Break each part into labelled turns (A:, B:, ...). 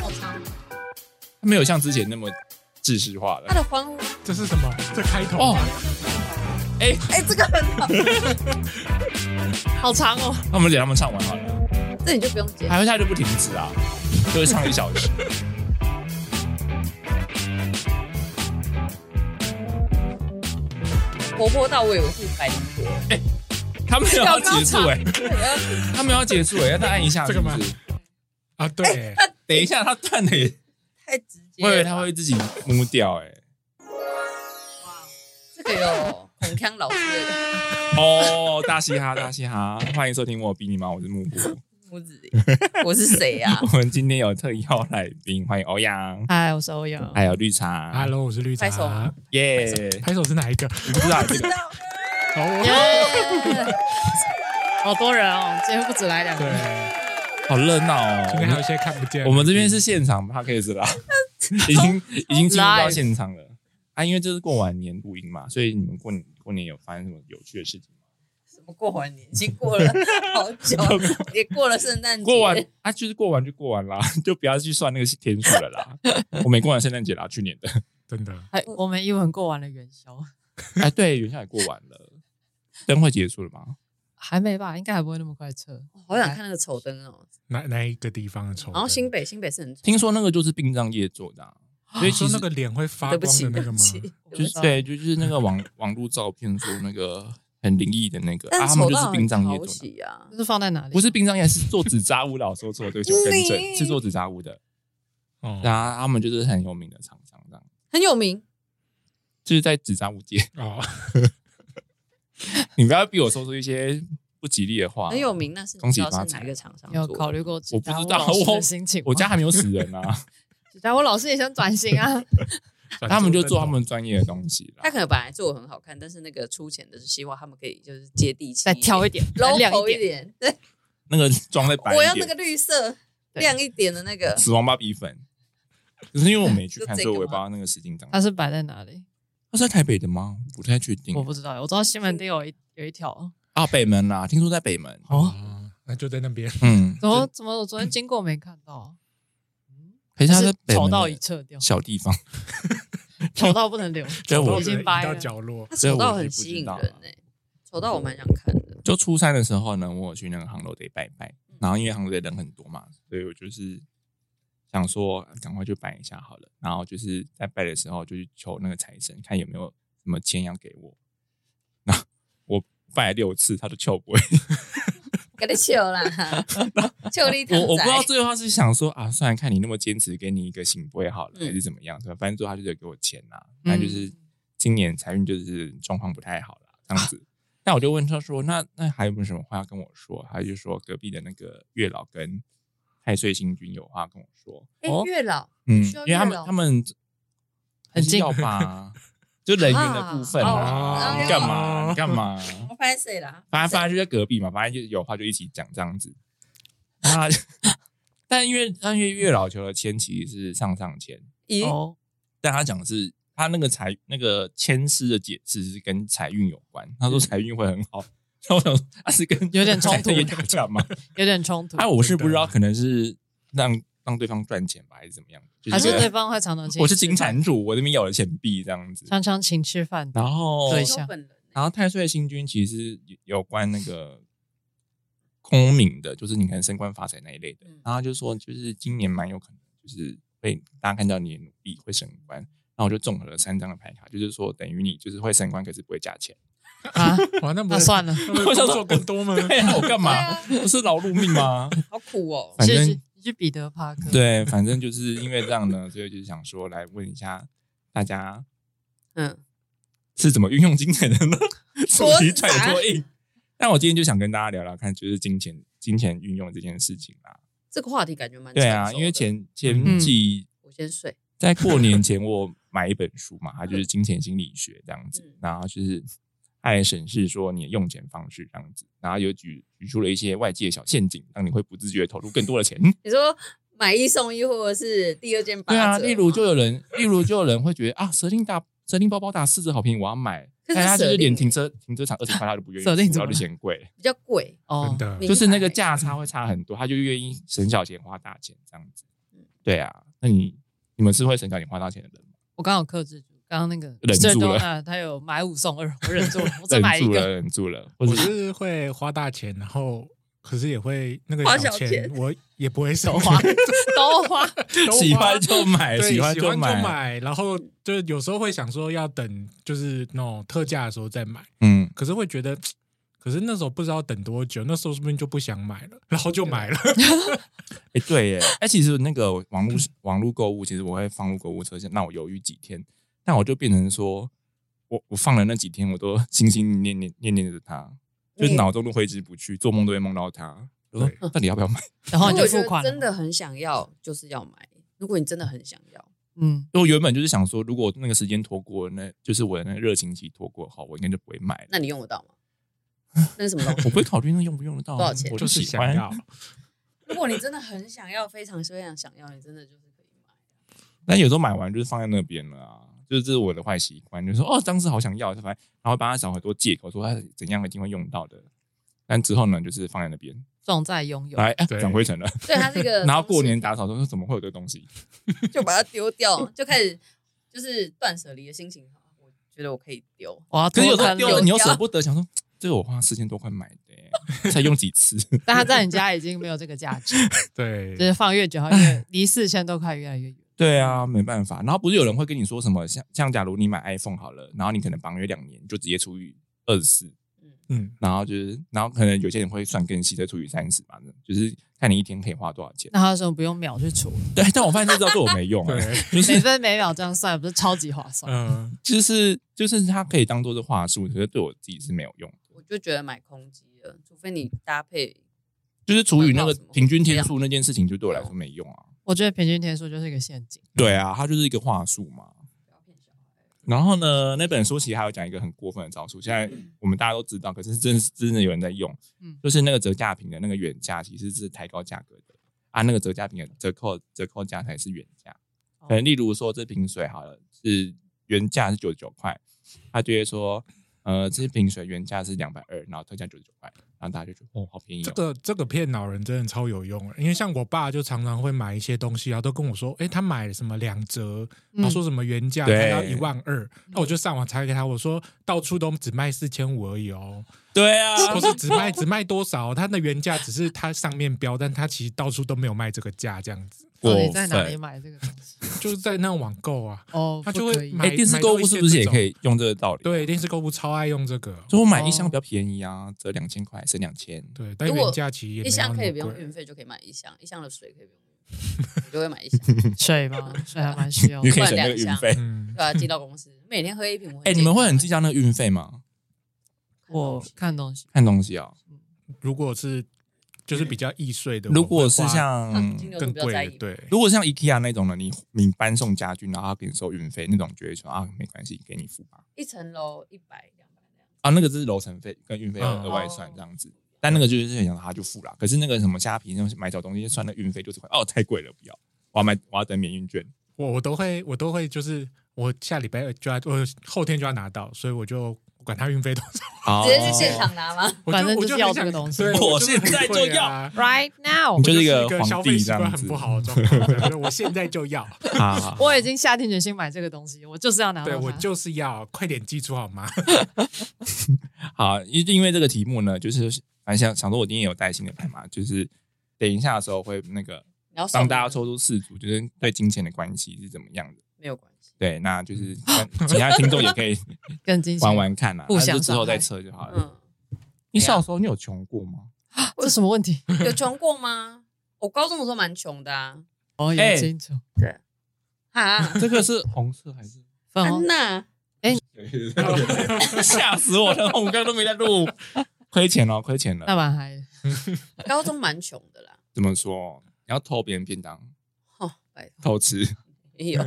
A: 好长，
B: 没有像之前那么制式化
A: 他
B: 了。
A: 的欢呼，
C: 这是什么？这开头
B: 哦
C: 吗，
B: 哎、
A: 哎、这个很好，好长哦，
B: 那我们给他们唱完好了，
A: 这你就不用剪。
B: 还会下就不停止啊，就会唱一小时。
A: 活泼到我以为是百灵果，
B: 他们有要结束哎、
A: 对然后
B: 他们有要结束哎、要再按一下
C: 这个吗
B: 是不是
C: 啊，对，
B: 等一下，他断了也，
A: 太直接
B: 我以为
A: 了。
B: 他会自己摸掉哎、
A: 这个有孔锵老师的
B: 哦，大嘻哈，大嘻哈，欢迎收听我比你忙，我是木布。
A: 拇指， 我是谁啊呀、
B: 我们今天有特邀来宾，欢迎欧阳，
D: 嗨，我是 欧阳。
B: 还有绿茶，
C: Hello，我是绿茶
A: 拍。手
B: 耶、
C: 拍手是哪一个？
B: 你不知道这个
C: 哦，
D: 耶好多人哦，今天不止来两个
C: 对
D: 人。，
B: 好热闹
C: 今天还有
B: 哦
C: 一。些看不 见。
B: 我们这边是现场 p o d c a s 啦，已经已经进入到现场了啊！因为这是过完年录音嘛，所以你们过年过年有发生什么有趣的事情吗？
A: 什么过完年已经过了好久，也过了圣诞节，
B: 过完啊，就是过完就过完啦， 就不要去算那个天数了 啦。我没过完圣诞节啦，去年的。
C: 真的
D: 哎，我们一文过完了元宵，
B: 哎，对，元宵也过完了，灯会结束了吗？
D: 还没吧？应该还不会那么快撤。
A: 好想看那个丑灯哦。
C: 哪哪一个地方的丑？
A: 然后新北，新北是很丑，
B: 听说那个就是殡葬业做的、啊，所以
C: 你
B: 其
C: 说
B: 实
C: 那个脸会发
A: 对不
C: 光
A: 起，
C: 的那
A: 对
C: 个
A: 不
C: 吗？
A: 起，
B: 就
A: 对不
B: 是
A: 起
B: 对，就是那个网 网络照片说那个很灵异的那个，啊
A: 但
B: 他们
A: 丑
B: 就
A: 到
B: 是殡
A: 很
B: 葬业
A: 讨
B: 做的。
A: 喜啊
D: 这。是放在哪里？
B: 不是殡葬业，是做纸扎屋的。我说错了，对不起，我更正，
A: 你
B: 是做纸扎屋的。
C: 哦
B: 然后他们就是很有名的厂商，这样
A: 很有名，
B: 就是在纸扎屋界。
C: 哦，
B: 你不要逼我说出一些不吉利的话。
A: 很有，名，那是
B: 恭
A: 你
B: 喜
A: 知道是
B: 发财
A: 哪一个厂商
D: 有
A: 做的
D: 考虑过
B: 我
D: 吉
B: 不
D: 他
B: 知
D: 我
B: 道
D: 老师
B: 我
D: 的心情吗。
B: 我家还没有死人啊。
D: 吉他我老师也想转 型啊。
B: 他们就做他们专业的东西啦
A: 他。可能本来做的很好看，但是那个出钱的是希望他们可以就是接地气，
D: 再挑一点，再
A: low
D: 亮
A: 头
D: 一
A: 一
D: 点。
A: 点，对，
B: 那个妆再白
A: 我要
B: 一
A: 那个
B: 点，
A: 绿色
D: 对
A: 亮一点的那 个，
B: 死亡芭比粉。可是因为我 没去看，
A: 就这
B: 所
A: 个啊
B: 以我也不知道那个实景长。
D: 它是摆在哪里？
B: 他是在台北的吗？我不太确定
D: 我。不知道。我知道西门町有一有一条。
B: 啊，北门啦，听说在北门。
C: 哦，那就在那边。
B: 嗯，
D: 怎么怎么？我昨天经过没看到，啊
B: 可是
D: 就
B: 他在
D: 是
B: 北
D: 丑
B: 门
D: 到已
B: 的
D: 撤掉，
B: 小地方，
D: 丑到不能 留。
B: 所以
C: 然
B: 我
C: 后
D: 已经
C: 就移
D: 掰
C: 到
D: 了
C: 角落，
A: 他
B: 这
A: 丑到
B: 我是
A: 很
B: 不知
A: 吸引
B: 道
A: 人
B: 啊
A: 哎、丑到我蛮想看的。
B: 就初三的时候呢，我有去那个杭州得拜拜，然后因为杭州得人很多嘛，所以我就是想说赶快去拜一下好了。然后就是在拜的时候，就去求那个财神，看有没有什么钱要给我。那我拜了六次，他都求不会。
A: 给你笑 啦，笑你
B: 我
A: 躺
B: 我不知道
A: 仔。
B: 最后他是想说啊，算然看你那么坚持，给你一个醒杯好了，
A: 嗯
B: 还是怎么样？反正最后他就是有给我钱啦、但就是
D: 嗯
B: 今年财运就是状况不太好啦，这样子。那我就问他说，那那还有没有什么话要跟我说？他就说隔壁的那个月老跟太岁星君有话跟我说，
A: 哎、月老
B: 嗯，
A: 需
B: 因
A: 要
B: 为他
A: 月
B: 们
A: 老
B: 他们
D: 很近
B: 要吧，就人员的部分
C: 啊
B: 啊，
C: 哦
B: 你干嘛你干嘛？
A: 我拍谁啦？
B: 反正反正就在隔壁嘛，反正就是有话就一起讲这样子。啊， 但因为但因为月老求的签其实是上上签，
A: 咦、
D: 哦，
B: 但他讲的是他那个财那个签诗的解释是跟财运有关，他说财运会很好。 那我想说他是跟
D: 嗯有点冲突
B: 财运打架嘛？
D: 有点冲突。
B: 哎，我是不知道，可能是让让对方赚钱吧，还是怎么样？就
D: 还是
B: 觉得
D: 对方会常常请
B: 我是
D: 吃
B: 金
D: 饭
B: 蟾主，我那边有了钱币这样子。
D: 常常请吃饭的。
B: 然后
D: 对
A: 修
D: 象
A: 本人欸、
B: 然后太岁星君其实有有关那个空明的，就是你可能升官发财那一类的。
A: 嗯
B: 然后他就说，就是今年蛮有可能，就是会大家看到你的努力会升官。然后我就综合了三张的牌卡，就是说等于你就是会升官，可是不会加钱。
D: 啊，
C: 哇， 那不
D: 那算了，
C: 我想做更多吗？
B: 对啊，我干嘛？
A: 对
B: 不是劳碌命吗？
A: 好苦哦。
B: 反
D: 去
B: 正
D: 去去彼得帕克。
B: 对，反正就是因为这样呢，所以就是想说来问一下大家
A: 嗯，
B: 是怎么运用金钱的呢？ 主
A: 多
B: 题揣
A: 杂
B: 多硬。但我今天就想跟大家聊聊看，就是金钱金钱运用这件事情啦。
A: 这个话题感觉蛮
B: 对
A: 成
B: 啊，
A: 熟的嗯
B: 因为前前几、
A: 我先睡，
B: 在过年前我买一本书嘛，它就是《金钱心理学》这样子，
A: 嗯
B: 然后就是爱审视说你的用钱方式
A: 嗯
B: 这样子，然后有举举出了一些外界小陷阱，让你会不自觉地投入更多的钱。
A: 你说买一送一，或者是第二件八
B: 对
A: 折嘛。
B: 啊，例如就有人，例如就有人会觉得啊，蛇令打蛇令包包打四折好便宜，我要买。
A: 可是
B: 但他就
A: 蛇
B: 是
A: 令
B: 连停车停车场二十块他都不愿意付，
D: 蛇令怎
B: 然
D: 么
B: 后就嫌贵，
A: 比较贵，
D: 哦
C: 真，的
A: 明白
B: 就是那个价差会差很多，他就愿意省小钱花大钱这样子。
A: 嗯
B: 对啊，那你你们是会省小钱花大钱的人吗？
D: 我刚好克制住，刚刚那个
B: 忍住了
D: 啊，他有买五送二，我忍住了，我只买
B: 忍
D: 一
B: 住
D: 个。
B: 了，忍住了，或
C: 我
B: 者是
C: 是会花大钱，然后可是也会那个
A: 花小
C: 小
A: 钱
C: 我也不会
D: 都
C: 少
D: 花，都花，
C: 都
B: 喜
C: 花
B: 欢就买，
C: 对，喜
B: 哎欢
C: 就
B: 买，
C: 然后就有时候会想说要等，就是那种特价的时候再买，
B: 嗯，
C: 可是会觉得，可是那时候不知道等多久，那时候说不定就不想买了，然后就买了。
B: 哎、对耶，哎、其实那个网络网络购物，其实我会放入购物车，让我犹豫几天，但我就变成说，我我放了那几天，我都心心念念念念着它，就是
A: 你
B: 脑中都挥之不去，做梦都会梦到它。我说
C: 对
B: 到底要不要买？
D: 然后你就
A: 如果
D: 付款了。
A: 真的很想要，就是要买。如果你真的很想要，
D: 嗯，
B: 因为我原本就是想说，如果那个时间拖过，那就是我的那个热情期拖过后，我应该就不会买了。
A: 那你用得到吗？那是什么东西？
B: 我不会考虑那用不用得到啊，
A: 嗯多少钱
B: 我
C: 就是
B: 喜
C: 想
B: 欢。
C: 要，
A: 如果你真的很想要，非常非常想要，你真的就是可以买。
B: 但有时候买完就是放在那边了啊，就是这是我的坏习惯，就是说哦，当时好想要，反正然后帮他找很多借口，说他怎样一定会用到的。但之后呢，就是放在那边，
D: 重在拥有。
B: 来哎
C: 对
B: 转灰尘了，
A: 对，它是一个东西。
B: 然后过年打扫的时候怎么会有这个东西？
A: 就把它丢掉，就开始就是断舍离的心情。好，我觉得我可以丢，
D: 我要
B: 可是有
D: 多
B: 时候
D: 看
B: 丢
A: 有
B: 了
D: 六
B: 你又舍不得，想说这个我花四千多块买的耶、才用几次，
D: 但他在你家已经没有这个价值，就
C: 对，
D: 是放越久，它越离四千多块越来越远。
B: 对啊，没办法。然后不是有人会跟你说什么，像像假如你买 iPhone 好了，然后你可能绑约两年，就直接除以二十四，
C: 嗯，
B: 然后就是，然后可能有些人会算更细，再除以三十嘛，就是看你一天可以花多少钱。
D: 那他说不用秒去除，
B: 对，但我发现这招对我没用、 欸，
C: 对，
D: 每分每秒这样算，不是超级划算？
C: 嗯，
B: 就是就是它可以当做是话术，可是对我自己是没有用的。
A: 我就觉得买空机了，除非你搭配。
B: 就是除以那个平均天数那件事情，就对我来说没用啊。
D: 我觉得平均天数就是一个陷阱。
B: 对啊，它就是一个话术嘛。
A: 不要骗小孩
B: 然后呢，那本书其实还有讲一个很过分的招数，现在我们大家都知道，可是真真的有人在用，
D: 嗯
B: 就是那个折价品的那个原价其实是抬高价格的啊，那个折价品的折扣折扣价才是原价。
D: 哦
B: 可能例如说这瓶水好了，是原价是九十九块，他就会说，呃，这瓶水原价是两百二，然后特价九十九块，然后大家就觉得哦，好便宜、哦。
C: 这个这个骗老人真的超有用的，因为像我爸就常常会买一些东西啊，都跟我说，哎，他买了什么两折，
D: 嗯
C: 他说什么原价
B: 对
C: 他要一万二，那我就上网查给他，我说到处都只卖四千五而已哦，
B: 对啊，
C: 不是只卖只卖多少，它的原价只是它上面标，但它其实到处都没有卖这个价，这样子，
D: 到
B: 过
D: 底在哪里
B: 分。
D: 买这个东 西？
C: 就是在那网购啊，
D: 哦，
C: 他就
D: 不可
C: 会
D: 以
C: 买。
B: 哎，电视购物是不是也可以用这个道理？，
C: 对，电视购物超爱用这个。
B: 所以我买一箱
D: 哦
B: 比较便宜啊，折两千块，省两千。
C: 对，但
A: 如果
C: 原价其实也没
A: 一箱可以
C: 有
A: 不
C: 那么
A: 用
C: 贵。
A: 运费就可以买一箱，一箱的水可以不用运费，我就会买一箱，
D: 水吗？水还蛮需要
B: 你
D: 的。
B: 可以省那个运费。
C: 嗯
A: 对，吧、寄到公司，每天喝一瓶。
B: 哎，你们会很计较那个运费吗？
D: 我看东西，
B: 看东西哦。
C: 如果是就是比较易碎的，
B: 如果是
C: 我会花
B: 像
A: 嗯金额
C: 更
A: 比较
C: 贵
A: 在
C: 的，
A: 意，
C: 对，
B: 如果像 IKEA 那种的，你你搬送家具，然后他给你收运费，那种就会说啊，没关系，给你付吧。
A: 一层楼一百两百那样。
B: 啊，那个就是楼层费跟运费要
C: 嗯
B: 额外
A: 哦
B: 算这样子。但那个就是想他就付啦。可是那个什么虾皮那种买小东西算那运费就是会哦太贵了，不要，我要买我要等免运券。
C: 我我都会我都会就是我下礼拜就要我后天就要拿到，所以我就管它运费多少，
B: 好
A: 直接去现场拿 吗？
C: 我
D: 反正
C: 我
D: 就是
C: 就
D: 要
C: 很想
D: 这个东西
C: 对
B: 我
C: 就
B: 现在
C: 很
B: 就
C: 贵
B: 要
C: 啊
D: Right now，
B: 你就是是一
C: 一
B: 个
C: 个消
B: 皇
C: 费
B: 帝
C: 习
B: 这
C: 惯
B: 样
C: 很
B: 子，
C: 不好的状况，对我现在就要，
B: 好好好
D: 我已经下定决心买这个东西，我就是要拿到
C: 对
D: 它。
C: 我就是要，快点记住好吗？
B: 好，因因为这个题目呢，就是反正想想说，我今天有带新的牌嘛，就是等一下的时候会那个
A: 然后送
D: 哦
B: 让
A: 人
B: 大家抽出四组，就是对金钱的关系是怎么样的。
A: 没有关系，
B: 对，那就是其他听众也可以
D: 更惊喜。
B: 玩玩看啦，
D: 互
B: 那
D: 相
B: 就之后
D: 伤害
B: 再测就好了。啊
A: 嗯，
B: 你小时候你有穷过吗？
D: 这什么问题？
A: 有穷过吗？ 我高中的时候蛮穷的啊，
D: 哦，
B: 哎
D: 有清楚。
A: 哈，
B: 这个是红色还是？
D: 粉红
A: 安娜。
B: 吓死我了！我们刚刚都没在录，亏钱哦了，亏钱
D: 那
B: 了。
D: 蛮嗨的。
A: 高中蛮穷的啦，
B: 怎么说？哦你要偷别人便当，
A: 哦，拜托，
B: 偷吃，
A: 也有。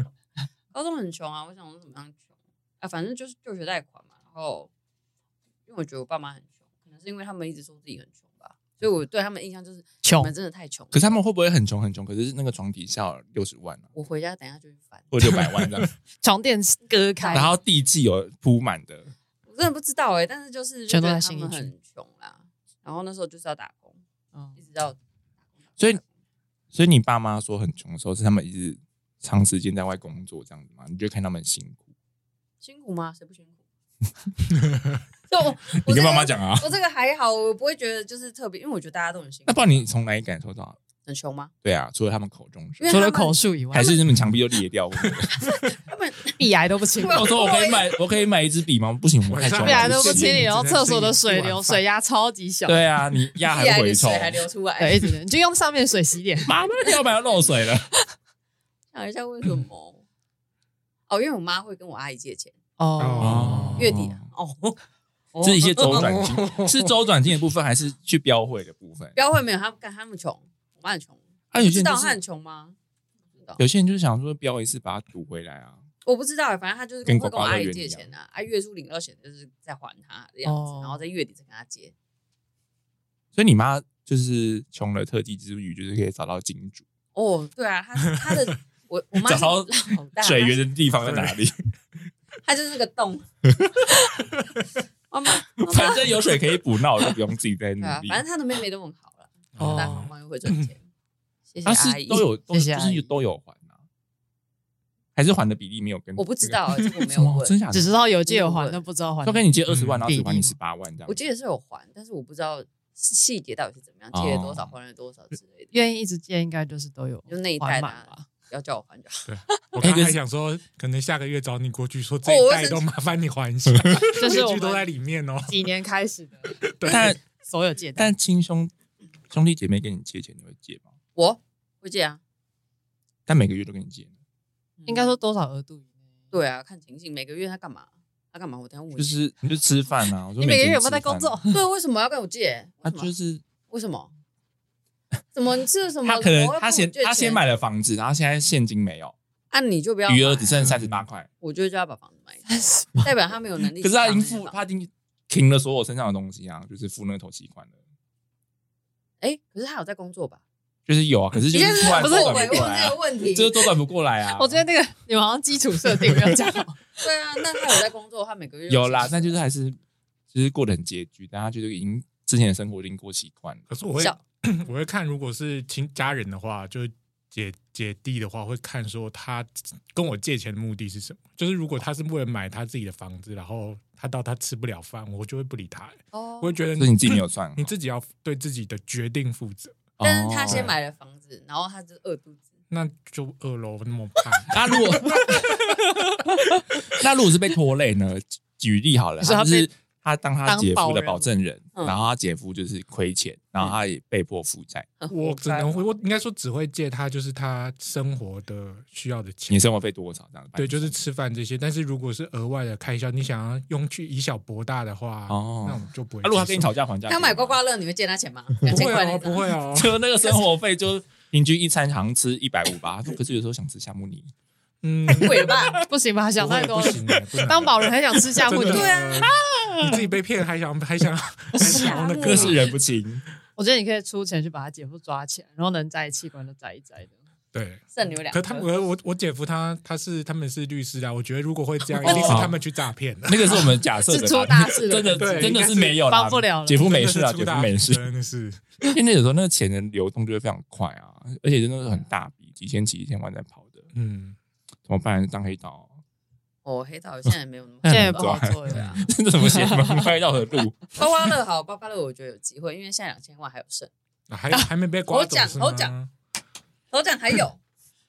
A: 高中很穷啊，我想我怎么样穷啊？反正就是就学贷款嘛。然后，因为我觉得我爸妈很穷，可能是因为他们一直说自己很穷吧，所以我对他们印象就是
D: 穷
A: 你们真的太穷。
B: 可是他们会不会很穷很穷？可是那个床底下六十万啊，
A: 我回家等一下就去翻，
B: 或六百万 这样，
D: 床垫割开
B: 然，后地基有铺满的，
A: 我真的不知道哎、但是就是
D: 全都在
A: 就觉
D: 信
A: 得
D: 义
A: 他们
D: 区
A: 很穷啦。然后那时候就是要打工，
D: 嗯
A: 一直到
B: 所以所以你爸妈说很穷的时候，是他们一直长时间在外工作这样子嘛？你就看他们很辛苦，
A: 辛苦吗？谁不辛 苦？就我
B: 你
A: 我
B: 跟
A: 这
B: 妈
A: 个
B: 妈讲啊。
A: 我这个还好，我不会觉得就是特别，因为我觉得大家都很辛苦
B: 那。不然你从哪里感受到？
A: 很穷吗？
B: 对啊，除了他们口中之
A: 因为
B: 外
D: 除了口述以外，
B: 还是你们墙壁都裂掉？
A: 他们
D: 壁癌都不清理，
B: 我说我可以买，我可以买一支笔吗？不行，我太穷了。
D: 壁
A: 啊
D: 癌都不清
C: 你
D: 理，
C: 只
D: 然后
C: 能
D: 厕所的
C: 自己
D: 水
C: 煮
D: 流
C: 完饭
D: 水压超级小，
B: 对啊，你压
A: 一
B: 还
A: 来
B: 会
A: 的
B: 回
A: 水
B: 臭，
A: 还流出来。
D: 对，一直你就用上面水洗脸，
B: 妈妈的跳板要漏水了。
A: 想一下为什么？哦，因为我妈会跟我阿姨借钱，
D: 哦，
C: 哦
A: 月底哦，哦
B: 是一些周 转金，是周转金的部分，还是去标会的部分
A: 不？要会没有他们，干他们穷，我妈很穷。
B: 啊，有
A: 你知
B: 些人
A: 道
B: 就
A: 她很
B: 是
A: 穷吗？不知道
B: 有些人就是想说标一次把它补回来啊。
A: 我不知道，欸反正她就是
B: 跟
A: 会跟我
B: 狗巴乐
A: 阿姨
B: 园
A: 借
B: 一
A: 钱啊，啊，月初领到钱就是再还她的样子
D: 哦，
A: 然后在月底再跟她借。
B: 所以你妈就是穷了特技之余，就是可以找到金主，
A: 哦，对啊，她她 的我我妈
B: 找
A: 是
B: 到
A: 老大，
B: 水源的地方在 哪里？
A: 啊她就是个 洞。妈妈，妈妈
B: 反正有嗯水可以补，那我就不用自己再努
A: 对啊，
B: 力。
A: 反正她的妹妹都很好了，
D: 哦
A: 大方方又会赚钱，谢谢
B: 他
A: 阿
B: 嗯是
A: 姨。
B: 都有，都
D: 谢
B: 就
D: 谢阿姨
B: 是都有还啊，还是还的比例没有 跟
A: 我不知道啊，这个我没
B: 什
A: 有
B: 么真
A: 问。
B: 假的，
D: 只知道有借有还，但不知道还
B: 就。跟你借二十万，
C: 嗯
B: 然后只还
D: 比例
B: 你
D: 吗
B: 十八万这样
A: 我。记得是有还，但是我不知道细节到底是怎么样，
B: 哦
A: 借了多少，还了多少之类的。
D: 愿意一直借，应该就是都有
A: 就那一代
D: 还
A: 的
D: 满
A: 啊
D: 吧。
A: 要叫我还就好，
C: 我
B: 哎
C: 刚
B: 可是
C: 还想说，可能下个月找你过去说这
A: 哦
C: 一
A: 我
C: 代
A: 是
C: 都麻烦你 还一下，
D: 这是哦我
C: 句都在
D: 们
C: 里面哦。
D: 几年开始的
B: 但
D: 所有借贷，
B: 但亲兄兄弟姐妹跟你借钱，你会借吗？
A: 我会借啊。
B: 但每个月都跟你借，嗯
D: 应该说多少额度以内？
A: 对啊，看情形，每个月他干嘛？他干嘛？我等下问
B: 就。是你就吃饭啊。我说
D: 你每个
B: 天
D: 月有没有在工
B: 吃
D: 作
B: 饭？？啊
A: 对，为什么要跟我借？为
B: 他
A: 什么
B: 就是
A: 为什么？怎么你吃了什么？
B: 他可能
A: 我要跟
B: 他
A: 我
B: 先
A: 借
B: 他先
A: 钱
B: 买，了房子，然后现在现金没有，
A: 啊，你就不要啊
B: 余额
A: 买
B: 只剩三十八块，
A: 我就叫他把房子卖掉，代表他没有能力。
B: 可是他已经付他已经停了所有身上的东西啊，就是付那个头期款了。
A: 哎，可是他有在工作吧？
B: 就是有啊，可是就
A: 你
B: 是
A: 现在
B: 突然
A: 不是
B: 周
A: 我
B: 转
A: 问
B: 不过来
A: 这
B: 啊
A: 个，问题
B: 就？是周转不过来啊。
D: 我觉得那个你们好像基础设定没有讲好，
A: 对啊，那他有在工作，他每个月
B: 有啦，
A: 薪水
B: 但就是还是就是过得很拮据，但他就是已经之前的生活已经过习惯了。
C: 可是我会
A: 小
C: 我会看，如果是亲家人的话，就姐姐弟的话，会看说他跟我借钱的目的是什么。就是如果他是为了买他自己的房子，然后他到他吃不了饭，我就会不理他、
A: 哦
C: 我会觉得
B: 所以你自己没有算好，
C: 你自己要对自己的决定负责。
A: 但是他先
B: 哦。
A: 买了房子，然后他就饿肚子。
C: 那就二楼那么胖，
B: 那如 果那如果是被拖累呢？举举例好了，
D: 你说他
B: 他
D: 被
B: 就是他当他姐夫的
D: 当保人吗
B: 保证人，
A: 嗯
B: 然后他姐夫就是亏钱，然后他也被迫负债，
C: 我只能会，我应该说只会借他，就是他生活的需要的钱
B: 你。生活费多少这样子？
C: 对，就是吃饭这些。但是如果是额外的开销，你想要用去以小博大的话，
B: 哦
C: 那我们就不会接
B: 啊，
C: 受。
B: 如果他跟你吵架还价，
A: 他买刮刮乐，你会借他 钱吗？
B: 啊
A: 两
C: 不
A: 千
C: 会
A: 块那
C: 哦，
A: 种
C: 不会哦，
B: 就那个生活费就平均一餐好像吃一百五吧，可是有时候想吃夏目尼，
C: 嗯，
A: 贵了 吧？
D: 不行吧？想太多
C: 不
D: 了
C: 会。不行欸不能
D: 当保人还想 吃夏目
C: 真
D: 尼
C: 的，
A: 对啊
C: 你自己被骗还想还 想还想那
B: 各
C: 个
B: 是人不清。
D: 我觉得你可以出钱去把他姐夫抓起来，然后能摘器官就摘一摘的。
C: 对。
A: 剩你们两
C: 可
A: 个。
C: 他们我我我姐夫他他是他们是律师啊，我觉得如果会这样，一
D: 哦
C: 定是他们去诈骗的。
B: 那个是我们假设的啦，
D: 是出大事了
B: 真的
C: 对
B: 真的是没有啦，
D: 帮不了了
B: 姐夫没事啊，
C: 真
B: 姐夫
C: 的是出大
B: 没事。
C: 真的是
B: 因为有时候那个钱的流动就会非常快啊，而且真的是很大笔，几千几千万在跑的，
C: 嗯，
B: 怎么办？当黑道
A: 哦，黑道现在没有那么
B: 那
D: 现在也
B: 很
D: 不好
B: 抓
D: 做了 啊，
B: 这怎么写？ 黑道的路，
A: 刮刮乐好，刮刮乐我觉得有机会，因为现在两千万还有剩，
C: 啊还还没被刮
A: 我
C: 走
A: 讲
C: 是
A: 我
C: 吗？
A: 讲头奖还有。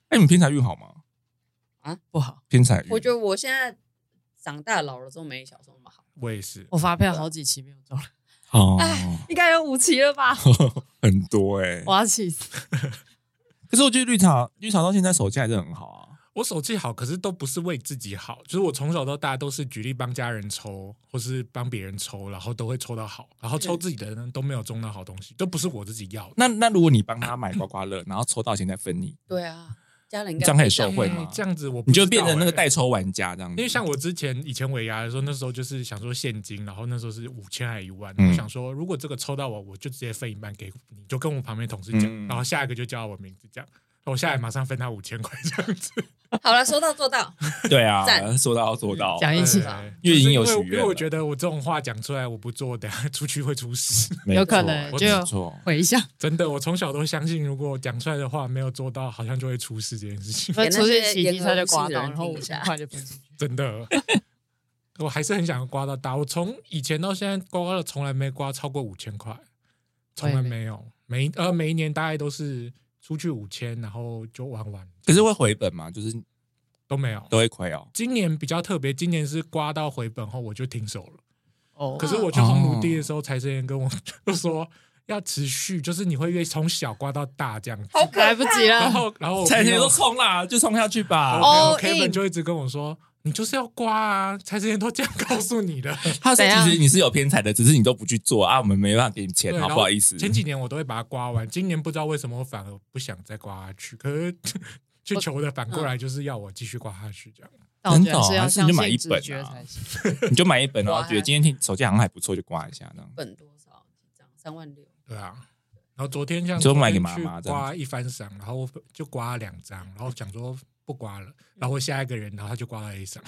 B: 哎，你们偏财运好吗？
D: 不好。
B: 偏财运，
A: 我觉得我现在长大老了之后没小时候那么好。
C: 我也是，
D: 我发票好几期没有中，
B: 哦，
D: 应该有五期了吧？
B: 很多哎。
D: 我要气死！
B: 可是我觉得绿茶绿茶到现在手气还是很好啊。
C: 我手气好，可是都不是为自己好，就是我从小到大都是举例帮家人抽，或是帮别人抽，然后都会抽到好，然后抽自己的呢都没有中到好东西，都不是我自己要的。
B: 那那如果你帮他买刮刮乐，然后抽到钱再分你，
A: 对啊，家人应该
B: 这样可以
A: 不
B: 受
A: 想
B: 贿
A: 吧
B: 吗？
C: 这样子我不
B: 你就
C: 知
B: 变
C: 道
B: 成那个
C: 欸
B: 代抽玩家这样子。
C: 因为像我之前以前尾牙的时候，那时候就是想说现金，然后那时候是五千还一万，
B: 嗯
C: 我想说如果这个抽到我，我就直接分一半给你，就跟我旁边同事讲，
B: 嗯
C: 然后下一个就叫我名字这样，我下来马上分他五千块这样子，
A: 好了，说到做到，
B: 对啊，
A: 赞
B: 说到做到，
D: 讲一起
C: 对
B: 因为已经有
C: 就是
B: 许
C: 因为
B: 愿
C: 因为我
B: 了
C: 觉得我这种话讲出来我不做，等下出去会出事。
B: 没
D: 有可
B: 错
D: 能
B: 没
D: 就
B: 错。
D: 回 想，
C: 真的，我从小都相信，如果讲出来的话没有做到，好像就会出事这件事情。
D: 那
A: 那
D: 出去
A: 些
D: 骑
A: 言
D: 机
A: 而
D: 车就
A: 无信
D: 刮
A: 的
D: 到，
A: 人
D: 然后
A: 听
D: 五
A: 一
D: 千
A: 下
D: 块就分出 去。
C: 真的， 我还是很想刮到大。我从以前到现在刮刮乐从来没刮超过五千块，从来没有。每一呃每一年大概都是出去五千，然后就玩完
B: 可是会回本嘛，就是
C: 都没有。
B: 都会亏哦。
C: 今年比较特别，今年是刮到回本后我就停手了。
D: 哦，
C: 可是我去红土地的时候，财神爷跟我就说要持续，就是你会越从小刮到大这样子。哦
A: 好可
D: 来不 及
C: 然
D: 了，
C: 后然后我
B: 财
C: 朋
B: 神
C: 友
B: 都冲啦，就冲下去吧。
A: 哦
C: o
A: All
C: k Kevin
A: in
C: 就一直跟我说，你就是要刮啊，财神爷都这样告诉你的。
B: 他说
D: 怎样
B: 其实你是有偏财的，只是你都不去做啊，我们没办法给你钱，
C: 对
B: 好
C: 然
B: 不
C: 后
B: 好意思？
C: 前几年我都会把它刮完，今年不知道为什么我反而不想再刮下去，可是 去求的反过来就是要我继续刮下去这样。
D: 但我
B: 真
D: 觉
B: 的
D: 得
B: 哦
D: 是要
B: 还是
D: 相
B: 你就买
D: 信
B: 一
D: 直
B: 本
D: 觉
B: 啊
D: 才行。
B: 你就买一本，然后觉得
A: 哇
B: 今天手机好像还不错，就刮一下这样。
A: 本多少几张？三万六。
C: 对啊。然后昨天像
B: 你说
C: 昨天
B: 买给妈妈
C: 去
B: 这样
C: 刮一番赏，然后我就刮了两张，然后想说不刮了，然后下一个人，然后他就刮了 A 赏，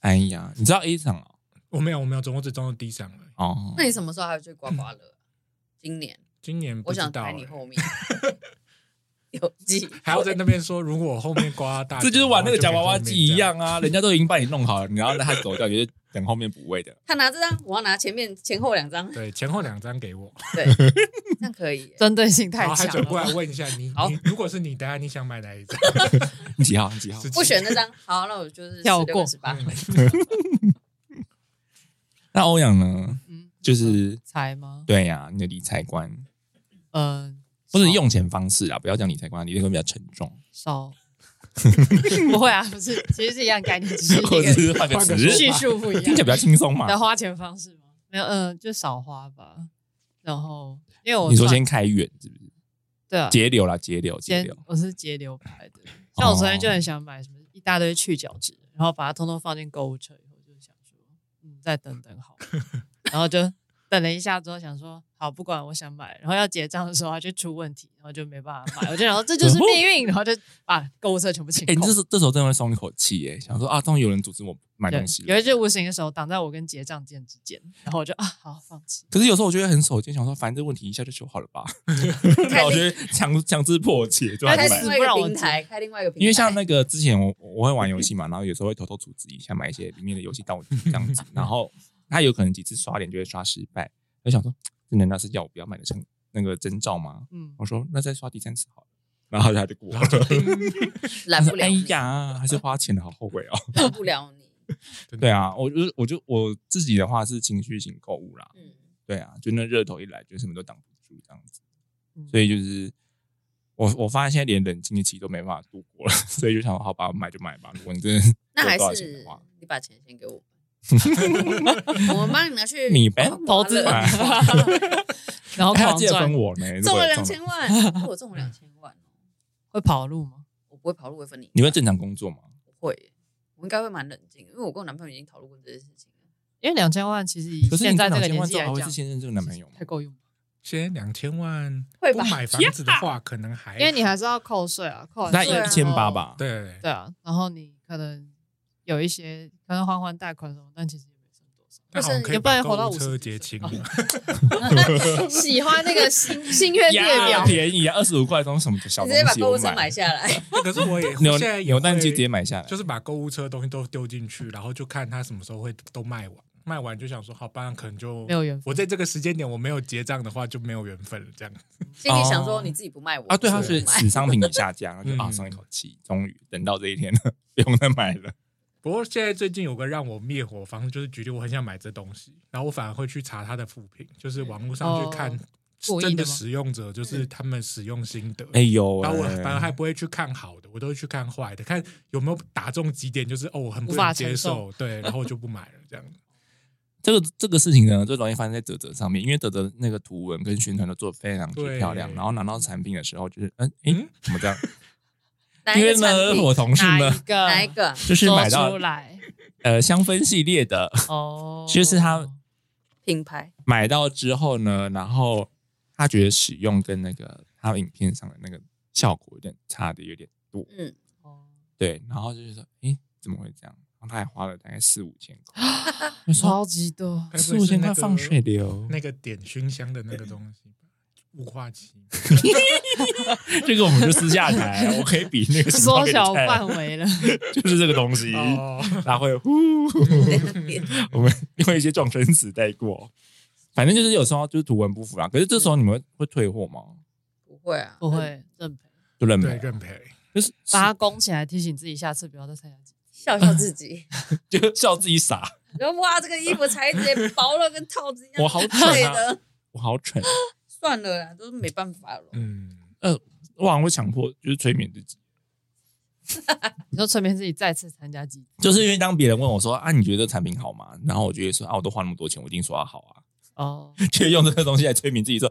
B: 哎呀，你知道 A 场哦
C: 我没有我没有，总共只中了 D 赏了。
D: 嗯
B: 哦，
A: 那你什么时候还会去刮
B: 嗯
A: 刮乐？啊今年，
C: 今年不
A: 我
C: 知
A: 想
C: 道、
A: 排
C: 欸
A: 你， 后面。 有记，
C: 还要在那边说，如果我后面刮大奖，
B: 这就是玩那个夹娃
C: 然后
B: 娃
C: 就没
B: 机
C: 后面
B: 一
C: 这样。
B: 样啊，人家都已经帮你弄好了，你然后让他走掉，觉得等后面补位的。
A: 他拿这张，我要拿前面前后两 张，
C: 对，前后两张给我，
A: 对，这样可以欸耶。
D: 针对性太
C: 然后还
D: 强
C: 转过来
D: 了，
C: 问一下你，
A: 好
C: 你如果是你，等下你想买哪一张？
B: 你几号？你几号？
A: 不选那张，好，那我就是
D: 跳过
A: 十
B: 嗯
A: 八。
B: 那欧阳呢？
D: 嗯，
B: 就是
D: 财吗？
B: 对呀、你的理财观
D: 嗯，
B: 或者
D: 少
B: 用钱方式啊，不要讲理财观，理财观比较沉重，
D: 少， 不会啊，不是，其实是一样概念，只是一
B: 或者
D: 个
B: 是换个
C: 换
B: 词
C: 个，说
D: 叙述不一
B: 听
D: 样
B: 起来比较轻松嘛
D: 的。花钱方式吗？没有，嗯，就少花吧。然后，因为我
B: 你说
D: 算
B: 先开源是不是？
D: 对啊，
B: 节流啦，节流，节
D: 先
B: 流。哦
D: 我是节流派的，像我昨天就很想买什么一大堆去角质，然后把它通通放进购物车以后，就想说，嗯，再等等好 了，然后就等了一下之后想说，好，不管我想买，然后要结账的时候它就出问题，然后就没办法买，我就想说这 就是命运，然后就把购物车全部清
B: 哦哎、
D: 空
B: 你。这时这时候真的会松一口气哎、想说啊，终于有人组织我买
D: 对
B: 东西，
D: 有
B: 了。
D: 一只无形的手挡在我跟结账键之间，然后我就啊，好放弃。
B: 可是有时候我觉得很手贱，想说反正这问题一下就修好了 吧，然后我觉得强强制破解就要
A: 开
B: 买。
A: 另外一个平台，开另外一个平台，
B: 因为像那个之前我我会玩游戏嘛，然后有时候会偷偷储值一下买一些里面的游戏道具这样 子，然后他有可能几次刷脸就会刷失败，我就想说这难道是要我不要买的成那个征兆吗？
D: 嗯，
B: 我说那再刷第三次好了，然后他就过了，
A: 拦不了
B: 哎
A: 你，
B: 呀，还是花钱了，好后悔 哦。
A: 拦不了你。
B: 对啊，我就我就我自己的话是情绪型购物啦，
A: 嗯，
B: 对啊，就那热头一来，就什么都挡不住这样子
D: 嗯，
B: 所以就是我我发现现在连冷静期都没办法度过了， 所以就想说好吧，买就买吧，如果你真的
A: 那还
B: 多少钱
A: 是
B: 的话
A: 你把钱先给我， 我们帮你拿去
B: 你呗
D: 投资
A: 刮 刮乐
D: 然后
B: 哎他
D: 狂
B: 记得
D: 赚
B: 分我呢，如果
A: 中了
B: 有
A: 两千，万，我中了两千万哦，
D: 会跑路吗？
A: 我不会跑路，我会分你。
B: 你会正常工作吗？
A: 不会，我应该会蛮冷静，因为我跟我男朋友已经讨论过这件事情了。
D: 因为两千万其实以
B: 可是
D: 现
B: 你
D: 在这
B: 两
D: 个
B: 千
D: 年
B: 万
D: 纪
B: 之后
D: 来
B: 还会
D: 讲
B: 是，现任这个男朋友吗
D: 太？够用吧。
C: 先两千万，
A: 会吧
C: 不买房子的话，可能还
D: 因为你还是要扣税啊，扣完
B: 那
D: 税
A: 对啊
B: 一千八吧，
C: 对
D: 对啊，然后你可能有一些可能还还贷款什么，但其实也没剩多少。
C: 那好像可以
D: 也不然
C: 把
D: 活到
C: 购
D: 五
C: 物
D: 十
C: 车
D: 几
C: 结
D: 岁
C: 清
D: 哦
C: 了。
D: 喜欢那个心 心愿列表，
B: 便宜啊，二十五块东西什么小
A: 你
B: 东
A: 直接把
B: 西
A: 购
B: 我
A: 物车买下来，
C: 可是我也
B: 扭
C: 现在也
B: 扭蛋机
C: 会
B: 直接买下来，
C: 就是把购物车的东西都丢进去，然后就看他什么时候会都卖完。卖完就想说，好吧，那可能就
D: 没有缘分
C: 我在这个时间点我没有结账的话，就没有缘分了。这样，
A: 心里想说你自己不卖我
B: 啊，对，他
A: 我
B: 是
A: 不卖
B: 死商品已下架，然后就啊
C: 嗯
B: 松一口气，终于等到这一天了，不用再买了。
C: 不过现在最近有个让我灭火的方式，就是举例我很想买这东西，然后我反而会去查他的副评，就是网络上去看
D: 哦故意的
C: 真的
D: 吗嗯
C: 使用者，就是他们使用心得。
B: 哎呦，
C: 然后我
B: 哎
C: 反而还不会去看好的，我都会去看坏的，看有没有打中几点，就是哦，我很不
D: 无法
C: 能接
D: 承
C: 受，对，然后我就不买了这 样。
B: 这个这个事情呢，最容易发生在泽泽上面，因为泽泽那个图文跟宣传都做得非常之
C: 对
B: 哎漂亮，然后拿到产品的时候就是，嗯，诶，
C: 嗯
B: 怎么这样？
A: 哪一
B: 因为
A: 个产
B: 呢，
A: 品
B: 我同事
D: 哪
B: 呢
D: 一个？
A: 哪一个啊
B: 就是
D: 说
B: 买到
D: 出 来
B: 呃香氛系列的，
D: 哦，
B: 就是他
A: 品 牌？
B: 买到之后呢，然后他觉得使用跟那个他影片上的那个效果有点差的有点多，
A: 嗯，
D: 哦
B: 对，然后就是说，诶，怎么会这样？然后他还花了大概四五千块，
D: 啊
B: 我 说
D: 超级 多，
C: 该不
B: 四
C: 会
B: 五
C: 是
B: 千
C: 那
B: 块
C: 个
B: 放水流，
C: 那个点熏香的那个东西吧，雾化器。
B: 这个我们就私下谈，我可以比那个什么
D: 缩
B: 给你
D: 小
B: 看
D: 范，围 了，
B: 就是这个东西，
C: 哦，
B: 他会呼，
A: 对
B: 我们因为一些撞生词带过，反正就是有时候就是图文不符啦。可是这时候你们会退货吗？
A: 不会啊，
D: 不会认赔，
B: 就认
C: 对，
B: 赔，
C: 认赔。
B: 就是
D: 把它供起来，提醒自己下次不要再参加集体
A: 笑笑自 己，
B: 就笑自己傻。
A: 然后哇，这个衣服材质也薄了，跟套子一样，
B: 我好蠢啊
A: 对的，
B: 我好蠢，
A: 算了啦，都是没办法了。
C: 嗯，
B: 我好像会强迫就是催眠自己，
D: 你说催眠自己再次参加集体
B: 就是因为当别人问我说啊，你觉得这产品好吗？然后我就会说啊，我都花那么多钱，我一定说它好啊，
D: 哦，
B: 就用这个东西来催眠自己说，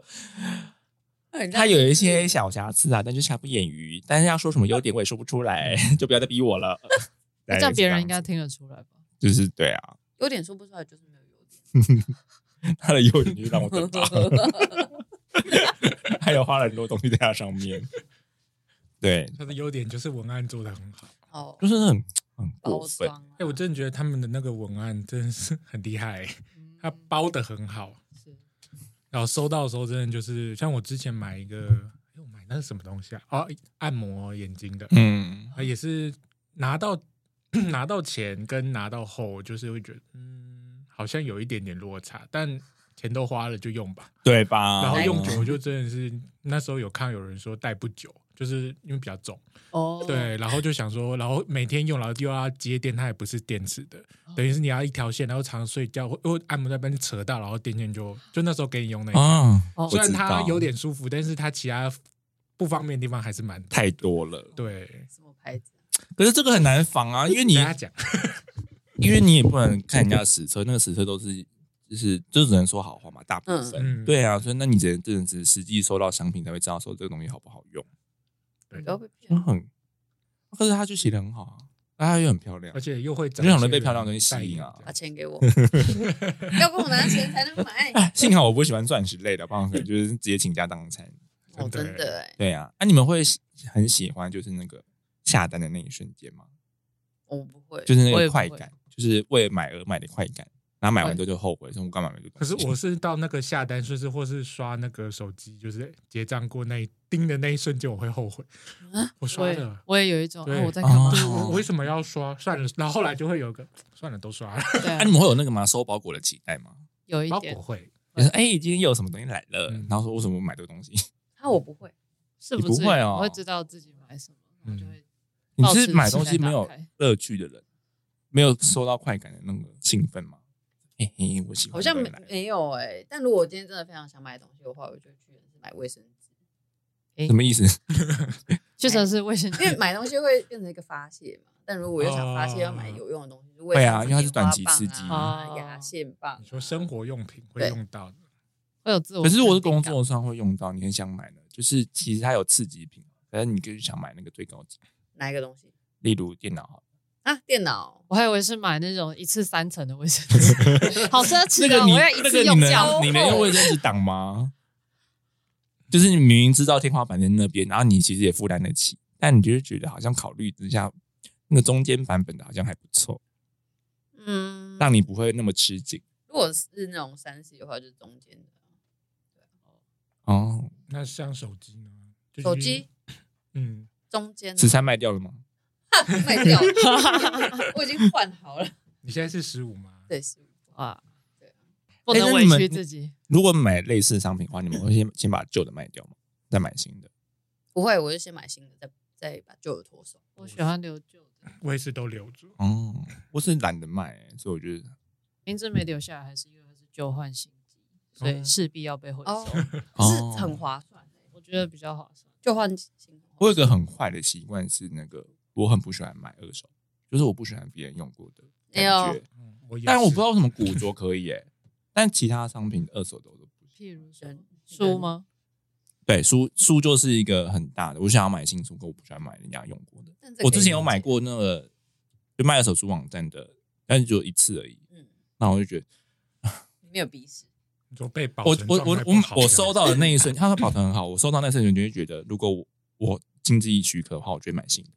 A: 那你这样
B: 它有一些小瑕疵啊，但就瑕不掩瑜，但是要说什么优点我也说不出来， 就不要再逼我了。
D: 嗯 那这样别人应该听得出来吧？
B: 就是对啊，
A: 优点说不出来，就是没有优点。
B: 它的优点就是让我得 到。 还有花了很多东西在它上面。对，
C: 它的优点就是文案做的很好。
A: 哦，
B: 就是很很
A: 包
B: 过分。
A: 装啊
C: 哎，我真的觉得他们的那个文案真的是很厉害，欸
D: 嗯
C: 它包的很好。
D: 是
C: 然后收到的时候，真的就是像我之前买一个，哎，我买那是什么东西啊？哦，按摩眼睛的，
B: 嗯，
C: 啊，也是拿到 拿到前跟拿到后，就是会觉得，嗯，好像有一点点落差，但钱都花了就用吧。
B: 对吧？
C: 然后用
B: 哦
C: 久了就真的是，那时候有看有人说戴不久，就是因为比较重，
D: 哦，，
C: 对，然后就想说，然后每天用，然后又要接电，它也不是电池的，等于是你要一条线，然后常常睡觉或啊或按摩那边扯到，然后电线就就那时候给你用那个，
B: 啊，
D: 哦
B: 我
C: 虽然
B: 知
C: 它
B: 道
C: 有点舒服，但是它其他不方便的地方还是蛮
B: 太多了。
C: 对。
A: 什么牌子？
B: 可是这个很难防啊，因为你
C: 跟他讲，
B: 因为你也不能看人家的实测，那个实测都是就是就只能说好话嘛，大部分、
C: 嗯
B: 对啊，所以那你只能只能只实际收到商品才会知道说这个东西好不好用。
C: 对
A: 不要被骗
B: 那。很，可是它就写的很好啊，啊它又很漂亮
C: 而，且又会找
B: 就想
C: 一
B: 着
C: 些
B: 被漂亮的
C: 人
B: 东西吸
C: 代
B: 引
C: 言
B: 啊
A: 把钱给 我，要跟我拿钱才能买。
B: 哎，幸好我不喜欢钻石类的，不然我可能就是直接请假当餐。
A: 哦，真的哎，
B: 对啊，那、你们会很喜欢就是那个下单的那一瞬间吗？
A: 我不会，
B: 就是那
D: 我
B: 个
D: 也不
B: 快
D: 会
B: 感，就是为买而买的快感，然后买完之后就后悔，说我干嘛买这个东
C: 可是
B: 西？
C: 我是到那个下单顺势，或是刷那个手机，就是结账过那一叮的那一瞬间，我会后悔，我
D: 我
C: 刷
D: 也
C: 了。
D: 我也有一种，
C: 对
D: 啊我在干嘛
B: 哦？
C: 对我我为什么要刷？算了，然后后来就会有一个算了，都刷了。
D: 对啊
B: 啊，，你们会有那个吗？收包裹的期待吗？
D: 有一
C: 包
D: 点
C: 裹会，
B: 你说哎，今天又有什么东西来了
C: 嗯，
B: 然后说为什么我买这个东西？
A: 啊，我不会，
D: 是
B: 你
D: 不
B: 不
D: 是？
B: 会哦
D: 我会知道自己买什么，然后就会
B: 你
D: 抱持
B: 是买东西
D: 期待
B: 没有
D: 打开
B: 乐趣的人，没有收到快感的那个兴奋吗？嘿嘿，我喜欢
A: 好
B: 这
A: 像
B: 个
A: 没
B: 来了。
A: 没有哎。但如果我今天真的非常想买东西的话，我就去买卫生纸，
D: 诶
B: 啊什么意思？
D: 确实是卫生
A: 因 为
D: 间。
A: 买东西会变成一个发泄嘛。但如果我又想发泄，要买有用的东西，就卫
B: 哦对啊
A: 生纸
B: 因为它是短期刺激
A: 棉花棒啊
D: 哦
A: 牙线棒
C: 你，说生活用品会用到的，
D: 会有自我
B: 可
D: 肯定
B: 是
D: 感，
B: 我是工
D: 啊
B: 作上会用到，你很想买的，就是其实它有次级品，可是你就是想买那个最高级，
A: 哪一个东西
B: 例如电脑好了，
A: 啊？电脑
D: 我还以为是买那种一次三层的卫生 纸，好奢侈
B: 那
D: 的，
B: 个
D: 啊我
B: 你
D: 要一
B: 那个
D: 次
B: 你
D: 用掉哦
B: 能。你能用卫生纸挡吗？就是你明明知道天花板在那边，然后你其实也负担得起，但你就是觉得好像考虑之下，那个中间版本的好像还不错，
A: 嗯，
B: 让你不会那么吃紧
A: 如果是那种三 C 的话，就是中间的啊
B: 哦。
C: 那像手机呢？就是
A: 手机，
C: 嗯，
A: 中间的啊
B: 十三卖掉了吗？
A: 卖掉 了，我已经换好了。
C: 你现在是十五吗？
A: 对，是
D: 啊
A: 对，
D: 不
B: 哎
D: 能
B: 那
D: 委
B: 你们
D: 屈自 己。
B: 如果买类似的商品的话，你们会先先把旧的卖掉吗？再买新的？
A: 不会，我就先买新的，再再把旧的脱手。
D: 我喜欢留旧的，
C: 我也是都留住。
B: 哦，我是懒得卖、所以我觉得
D: 名字没留下来，还是因为它是旧换新机，所以
C: 哦
D: 势必要被回收欸
A: 哦。是很划算的，
D: 我觉得比较划算。
A: 就换新的。
B: 我有一个很坏的习惯是，那个我很不喜欢买二手，就是我不喜欢别人用过的
A: 哎
B: 感
A: 呦
B: 觉。
C: 嗯，我也是
B: 但我不知道为什么古着可以耶、但其他商品二手的我都不行。
D: 譬如说
A: 人
D: 书吗？
B: 对书书就是一个很大的，我想要买新书，可我不喜欢买人家用过的。
A: 但这个
B: 我之前
A: 可以
B: 有买过那个，就卖二手书网站的，但是只有一次而已。
A: 理解，嗯，
B: 那我就觉得，
A: 里面有鼻屎，
C: 你说被保
B: 我
C: 存
B: 我
C: 状
B: 我嗯
C: 态不好
B: 我我
C: 的
B: 收到的那一瞬，他说保存很好，我收到那一瞬间就会觉得，如果我我经济许可的话，我就会买新的。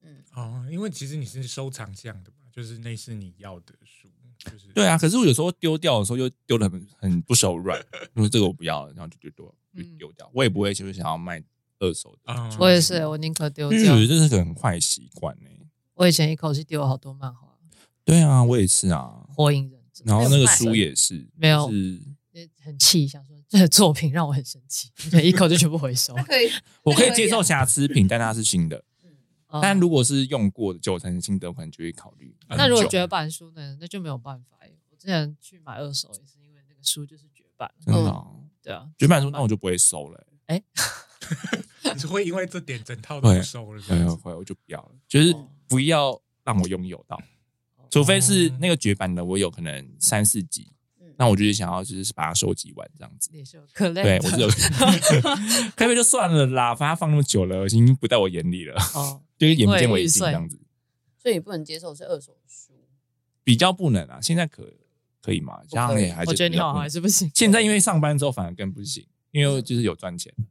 A: 嗯，
C: 哦，因为其实你是收藏项的嘛，就是那是你要的书，就是
B: 对啊，可是我有时候丢掉的时候又丢的很很不手软，因为这个我不要了，然后就丢丢
D: 嗯
B: 就丢掉，我也不会就是想要卖二手的
C: 啊
B: 书，
D: 我也是，我宁可丢
B: 因为我觉得。
D: 掉
B: 这是个很坏习惯呢。
D: 我以前一口气丢了好多漫画，
B: 对啊，我也是啊，
D: 《火影忍者》，
B: 然后那
A: 没有
B: 个
A: 卖
B: 书也是，
D: 没有
B: 就是
D: 很气，想说这个作品让我很生气，对，一口就全部回 收
A: 那。可以，
B: 我可以接受瑕疵品，但它是新的。
A: 嗯，
D: 嗯
B: 但如果是用过的九成新的，我可能就会考虑。
D: 那如果
B: 很久
D: 绝版书呢，那就没有办法耶。我之前去买二手也是因为那个书就是绝版
B: 真
D: 了，
B: 的哦
D: 对啊，
B: 绝版书，那我就不会收了、
C: 你是会因为这点整套都不收了，这
B: 欸，
C: 样
B: 会
C: 子
B: 会我就不要了，就是
D: 哦
B: 不要让我拥有到，除非是那个绝版的，我有可能三四集
A: 嗯，
B: 那我就是想要就是把它收集完这样子。
D: 也是有 c o
B: 对，我是 有，开杯就算了啦，反正它放那么久了，已经不在我眼里了，
D: 哦，
B: 就是眼不见
D: 对
B: 为
D: 玉
B: 净
D: 碎
B: 这样子。
A: 所以你不能接受是二手书，比
B: 比较不能啊，现在可可以吗？这样也还是
D: 我觉得
B: 比
D: 你
B: 较不
D: 好像
B: 能
D: 还是不行。
B: 现在因为上班之后反而更不行，因为就是有赚钱。
D: 嗯哦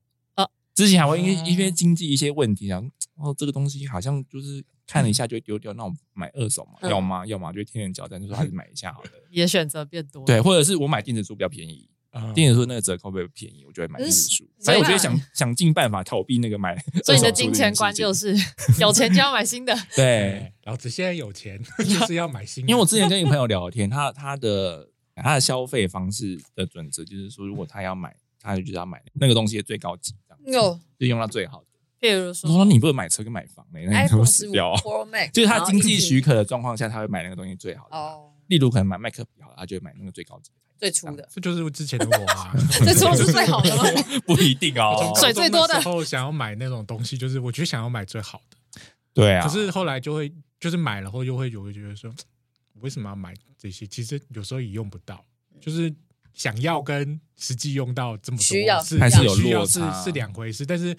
B: 之前还会因为
D: 哦
B: 因为经济一些问题，想哦这个东西好像就是看了一
D: 嗯
B: 下就会丢掉，那我买二手嘛，
A: 嗯
B: 要吗？要吗？就天人交战，就说还是买一下好了。
D: 也选择变多，
B: 对，，或者是我买电子书比较便宜，
D: 嗯
C: 啊
B: 电子书那个折扣会不会便宜，我就会买电子书。
A: 可是
B: 所以我就
A: 所以
B: 会想想尽办法逃避那个买二手书
D: 所以你的
B: 这件
D: 金钱观
B: 事情
D: 就是嗯有钱就要买新的。
B: 对。
C: 对，哎老子现在有钱， 就是要买新的，
B: 因为我之前跟一个朋友聊天， 他他的他的消费方式的准则就是说，如果他要买，他就就是要买那个东西的最高级，这样
A: 有
B: 就用到最好的。
D: 譬如
B: 我说
D: 说，
B: 你不是买车跟买房嘞、那你都
A: 嗯 iPhone
B: 会
A: 十
B: 死
A: 五
B: 掉、哦。
A: Pro Max，
B: 就是他经济许
A: 许
B: 可的状况下，他会买那个东西最好的。
A: 哦，
B: 例如可能买麦克笔好了，他就会买那个最高级的。
A: 最初的，
C: 这就是之前的我啊，
D: 这除 了是最好的吗？
B: 不一定哦
C: 从。
D: 水最多的
C: 高中时候想要买那种东西，就是我就想要买最好的，
B: 对啊，
C: 可是后来就会就是买了后就会有会觉得说，我为什么要买这些？其实有时候也用不到，就是想要跟实际用到这么多
A: 需要
C: 是
B: 还是有
C: 需要
B: 落
C: 是
B: 差
C: 是两回事，但是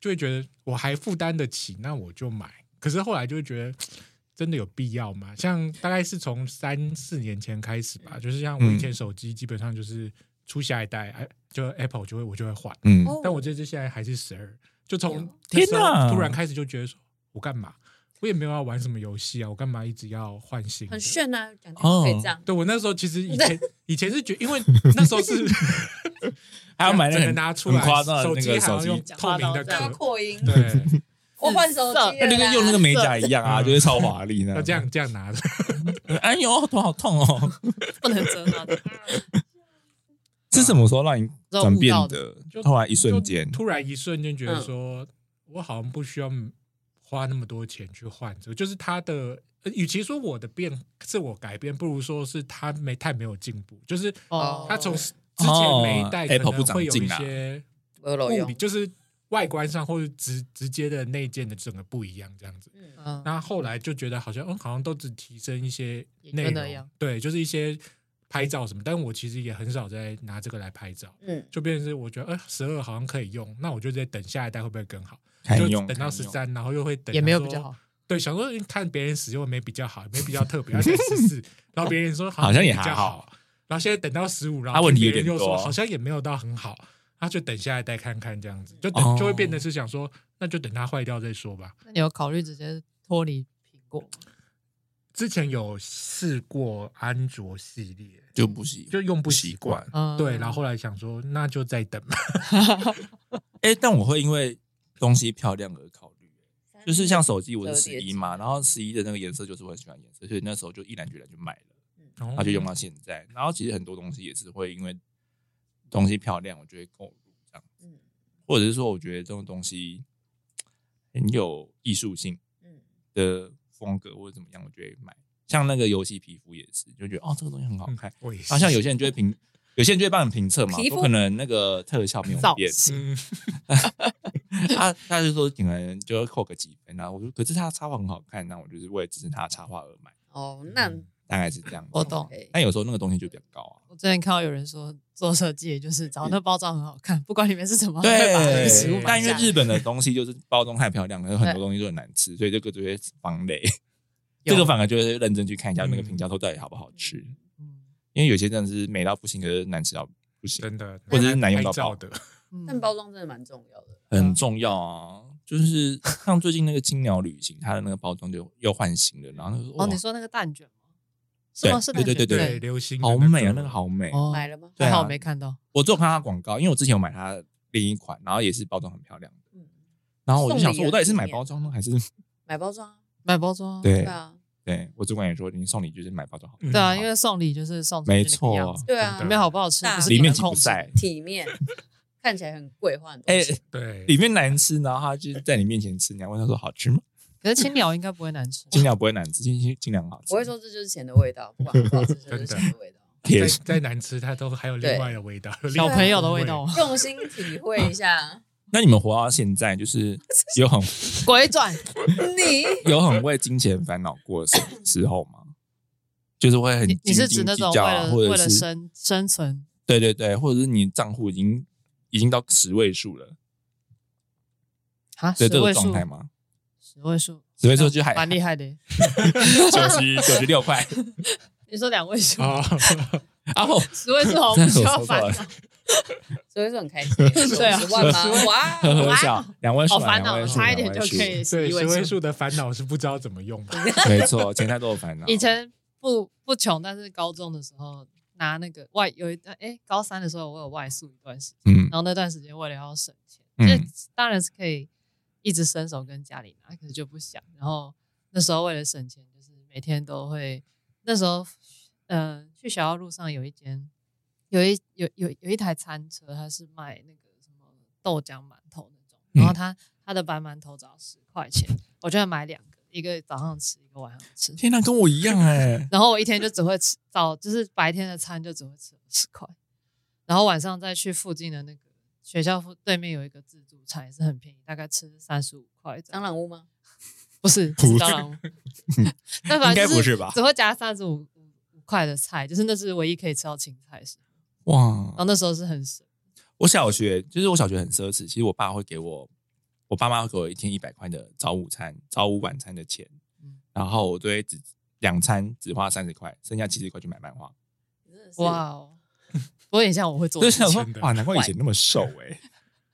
C: 就会觉得我还负担得起，那我就买。可是后来就会觉得。真的有必要吗？像大概是从三四年前开始
B: 嗯
C: 吧，就是像我以前手机基本上就是出下一代，哎、就 Apple 就会我就会换，
B: 嗯，
A: 哦哎
C: 但我这只现在还是十二，就从
B: 天
C: 哪！
B: 哪
C: 突然开始就觉得说，我干嘛？我也没有要玩什么游戏啊，我干嘛一直要换新的
A: 很？炫啊，讲天
B: 哦
A: 可以这样，
C: 对我那时候其实 以前以前是觉得，因为那时候是
B: 还要买那
C: 整
B: 个
C: 个
B: 很
C: 拿出
B: 很
C: 来，
B: 夸张的
C: 手
B: 那
C: 机
B: 个
C: 还
B: 手
C: 要
B: 机
C: 用，透明
A: 哦
B: 啊
C: 的
D: 对
A: 这样啊
C: 壳，
A: 扩音，
C: 对，
A: 我换手机了啦，
B: 那就跟用那个美甲一样啊，
C: 嗯
B: 就是超华丽
C: 要
B: 呢。
C: 这样这样拿着。
B: 哎呦，头好痛 哦！
D: 不能折它的。
B: 是什么时候让你转变的
C: 就？
B: 突然一瞬间
C: 就，突然一瞬间觉
A: 嗯
C: 得说，我好像不需要花那么多钱去换这个，就是他的。呃与其说我的变是我改变，不如说是他没太没有进步。就是
D: 哦
C: 他从之前每一代
B: 哦
C: 可
B: ，Apple
C: 能
B: 不长
C: 会有一
B: 进啊
C: 些
A: 我有
C: 物
D: 哦
A: 漏
C: 理，
A: 用，
C: 就是外观上或者直直接的内建的整个不一样这样子。
A: 嗯，
B: 呃
D: 嗯，
C: 那后来就觉得好像嗯，好像都只提升一些
D: 也
C: 内
D: 就那
C: 容
D: 样，
C: 对，就是一些拍照什么。但我其实也很少在拿这个来拍照。
A: 嗯，
C: 就变成是我觉得，呃，十二好像可以用，那我就在等下一代会不会更好？
B: 堪
C: 就
B: 用
C: 等到十，
B: 堪
C: 三，然后又会等，
D: 也没有比较好。。
C: 对，想说嗯看别人使用没比较好，没比较特 别，而且十四，然后别人说
B: 好像也
C: 比较
B: 还
C: 好
B: 好，
C: 然后现在等到十五，然
B: 他
C: 后
B: 问题
C: 别
B: 有
C: 人
B: 点
C: 又说
B: 多
C: 好像也没有到很好，那就等下一代看看这样子，就
B: 哦
C: 等就会变得是想说，那就等它坏掉再说吧。
D: 那你有考虑直接脱离苹果吗？
C: 之前有试过安卓系列，
B: 用就不习
C: 就用不习惯。
D: 嗯，
C: 对，然后后来想说，那就再等吧。
B: 哎、但我会因为东西漂亮而考虑，就是像手机，我是十一嘛，然后十一的那个颜色就是我很喜欢的颜色，所以那时候就毅然决然就买了，
A: 嗯
C: 然
B: 然后就用到现在。然后其实很多东西也是会因为东西漂亮，我就会购入这样，
A: 嗯
B: 或者是说我觉得这种东西很有艺术性
A: 嗯
B: 的风格或者怎么样，我就会买。像那个游戏皮肤也是，就觉得哦这个东西很好看。
C: 嗯我也是
B: 然后像有些人就会评，有些人就会帮你评测嘛，
A: 皮肤
B: 说可能那个特效没有
D: 造
B: 变，
D: 型
C: 嗯，
B: 他他就说可能就要扣个几分啊，我说可是他的插画很好看，那我就是为了支持他的插画而买。
A: 哦，那
B: 大概是这样子。
D: 我懂。
A: OK
B: 但有时候那个东西就比较高啊。
D: 我之前看到有人说做设计，就是找那包装很好看，不管里面是什么，哦会把那个食物
B: 对，
D: 买
B: 但因为
D: 下来。
B: 日本的东西就是包装太漂亮了，有很多东西都很难吃，所以这个就会防 雷。
D: 有
B: 这个反而就会认真去看一下那个评价都到底好不好吃，
D: 嗯
B: 因为有些真的是美到不行，可是难吃到不行，
C: 真的，
B: 或者是难用
C: 拍
B: 到
C: 照
B: 爆
C: 的，
D: 嗯
A: 但包装真的蛮重要的。
B: 很重要啊。就是像最近那个青鸟旅行，它的那个包装就又换新了，然后就
D: 哦，
B: 哇
D: 你说那个蛋卷吗？是
B: 对
D: 吗？是蛋
B: 对
D: 卷
B: 对对
C: 对，流星的
B: 好
C: 那个
B: 美啊，那个好美。
D: 哦，
A: 买了吗？
B: 对啊
D: 还好我没看到。
B: 我只有看它的广告，因为我之前有买它另一款，然后也是包装很漂亮的，
A: 嗯，
B: 然后我就想说，
A: 送礼啊
B: 我到底是买包装呢，还是
A: 买包装啊，
D: 买包装哦啊，
B: 对
A: 对啊，
B: 对我主管也说，你送礼就是买包装好，
C: 嗯
D: 对啊，因为送礼就是送出去
B: 没
D: 那个样
B: 错
D: 子，，
A: 对啊，
C: 真
D: 里
C: 的
D: 面好不好吃
A: 大
D: 不是
B: 里
D: 你
B: 面
D: 能
B: 起不
D: 控制的。
B: 在，
A: 体面，看起来很贵，换很多
B: 哎，
A: 钱。
C: 对
B: 里面难吃，然后他就在你面前吃，你要问他说好吃吗？
D: 可是青鸟应该不会难 吃，
B: 尽量不会难吃，尽尽量好吃。
A: 我会说这就是钱的味道，不管 好不好吃，这就是钱的味道。
B: 铁
C: 再再难吃，它都还有另外的味道，有另
D: 小
C: 外
D: 朋友的味 道。吗？
A: 用心体会一 下，
B: 那你们活到现在，就是有很
D: 鬼转，
A: 你
B: 有很为金钱烦恼过的时时候吗？就是会很
D: 你你
B: 斤
D: 是
B: 斤
D: 指那
B: 计
D: 种为
B: 较啊
D: 了
B: 或
D: 为
B: 者
D: 了
B: 是
D: 生生存？
B: 对对对，或者是你账户已经已经到十位数了，
D: 啊，
B: 对
D: 十
B: 这
D: 位
B: 种
D: 数
B: 状态，吗？
D: 十位数，
B: 十位数就还
D: 蛮厉害的。
B: 九十九十六块，
D: 你说两位数，
C: 啊，
B: 然 后
D: 十 位数好
B: 这
D: 像
B: 样我
D: 不需要
B: 说
D: 烦
B: 错了
D: 恼，
A: 所以说很开 心，十
D: 对啊
A: 万吗？哇，
B: 呵呵笑，两位数
D: 哦好
B: 啊，
D: 烦
B: 两
D: 恼
B: 位，数，
D: 差一点就
B: 两位数
D: 可以十
C: 对，
D: 一
C: 十位
D: 位数。
C: 数的烦恼是不知道怎么用 吧？
B: 没错，钱太多的烦恼。
D: 以前不不穷，但是高中的时候拿那个外有一段，哎，高三的时候我有外宿一段时间，
B: 嗯
D: 然后那段时间为了要省钱，
B: 嗯
D: 这、当然是可以一直伸手跟家里拿，可是就不想。然后那时候为了省钱，就是每天都会，那时候嗯、呃去学校路上有一间有一有有有一台餐车，它是卖那个什么豆浆馒头那种，
B: 嗯
D: 然后它它的白馒头只要十块钱，我就会买两个，一个早上吃，一个晚上吃。
B: 天哪，跟我一样哎，
D: 然后我一天就只会吃早，就是白天的餐就只会吃十块，然后晚上再去附近的那个学校附对面有一个自助餐，也是很便宜，大概吃三十五块这样。
A: 蟑螂屋吗？
D: 不是不是蟑 螂屋，但反正
B: 应该
D: 就是
B: 不是吧
D: 只会加三十五五块的菜，就是那是唯一可以吃到青菜的时候。
B: 哇
D: 然后！那时候是很省，
B: 我小学就是我小学很奢侈，其实我爸会给我，我爸妈会给我一天一百块的早午餐、早午晚餐的钱，
D: 嗯
B: 然后我都会只两餐只花三十块，剩下七十块去买漫画。
A: 真的是
D: 哇 哦！不过也像我会做
B: 就
D: 的
B: 是想
D: 事情，
B: 说
C: 真的
B: 哇，难怪以前那么瘦哎、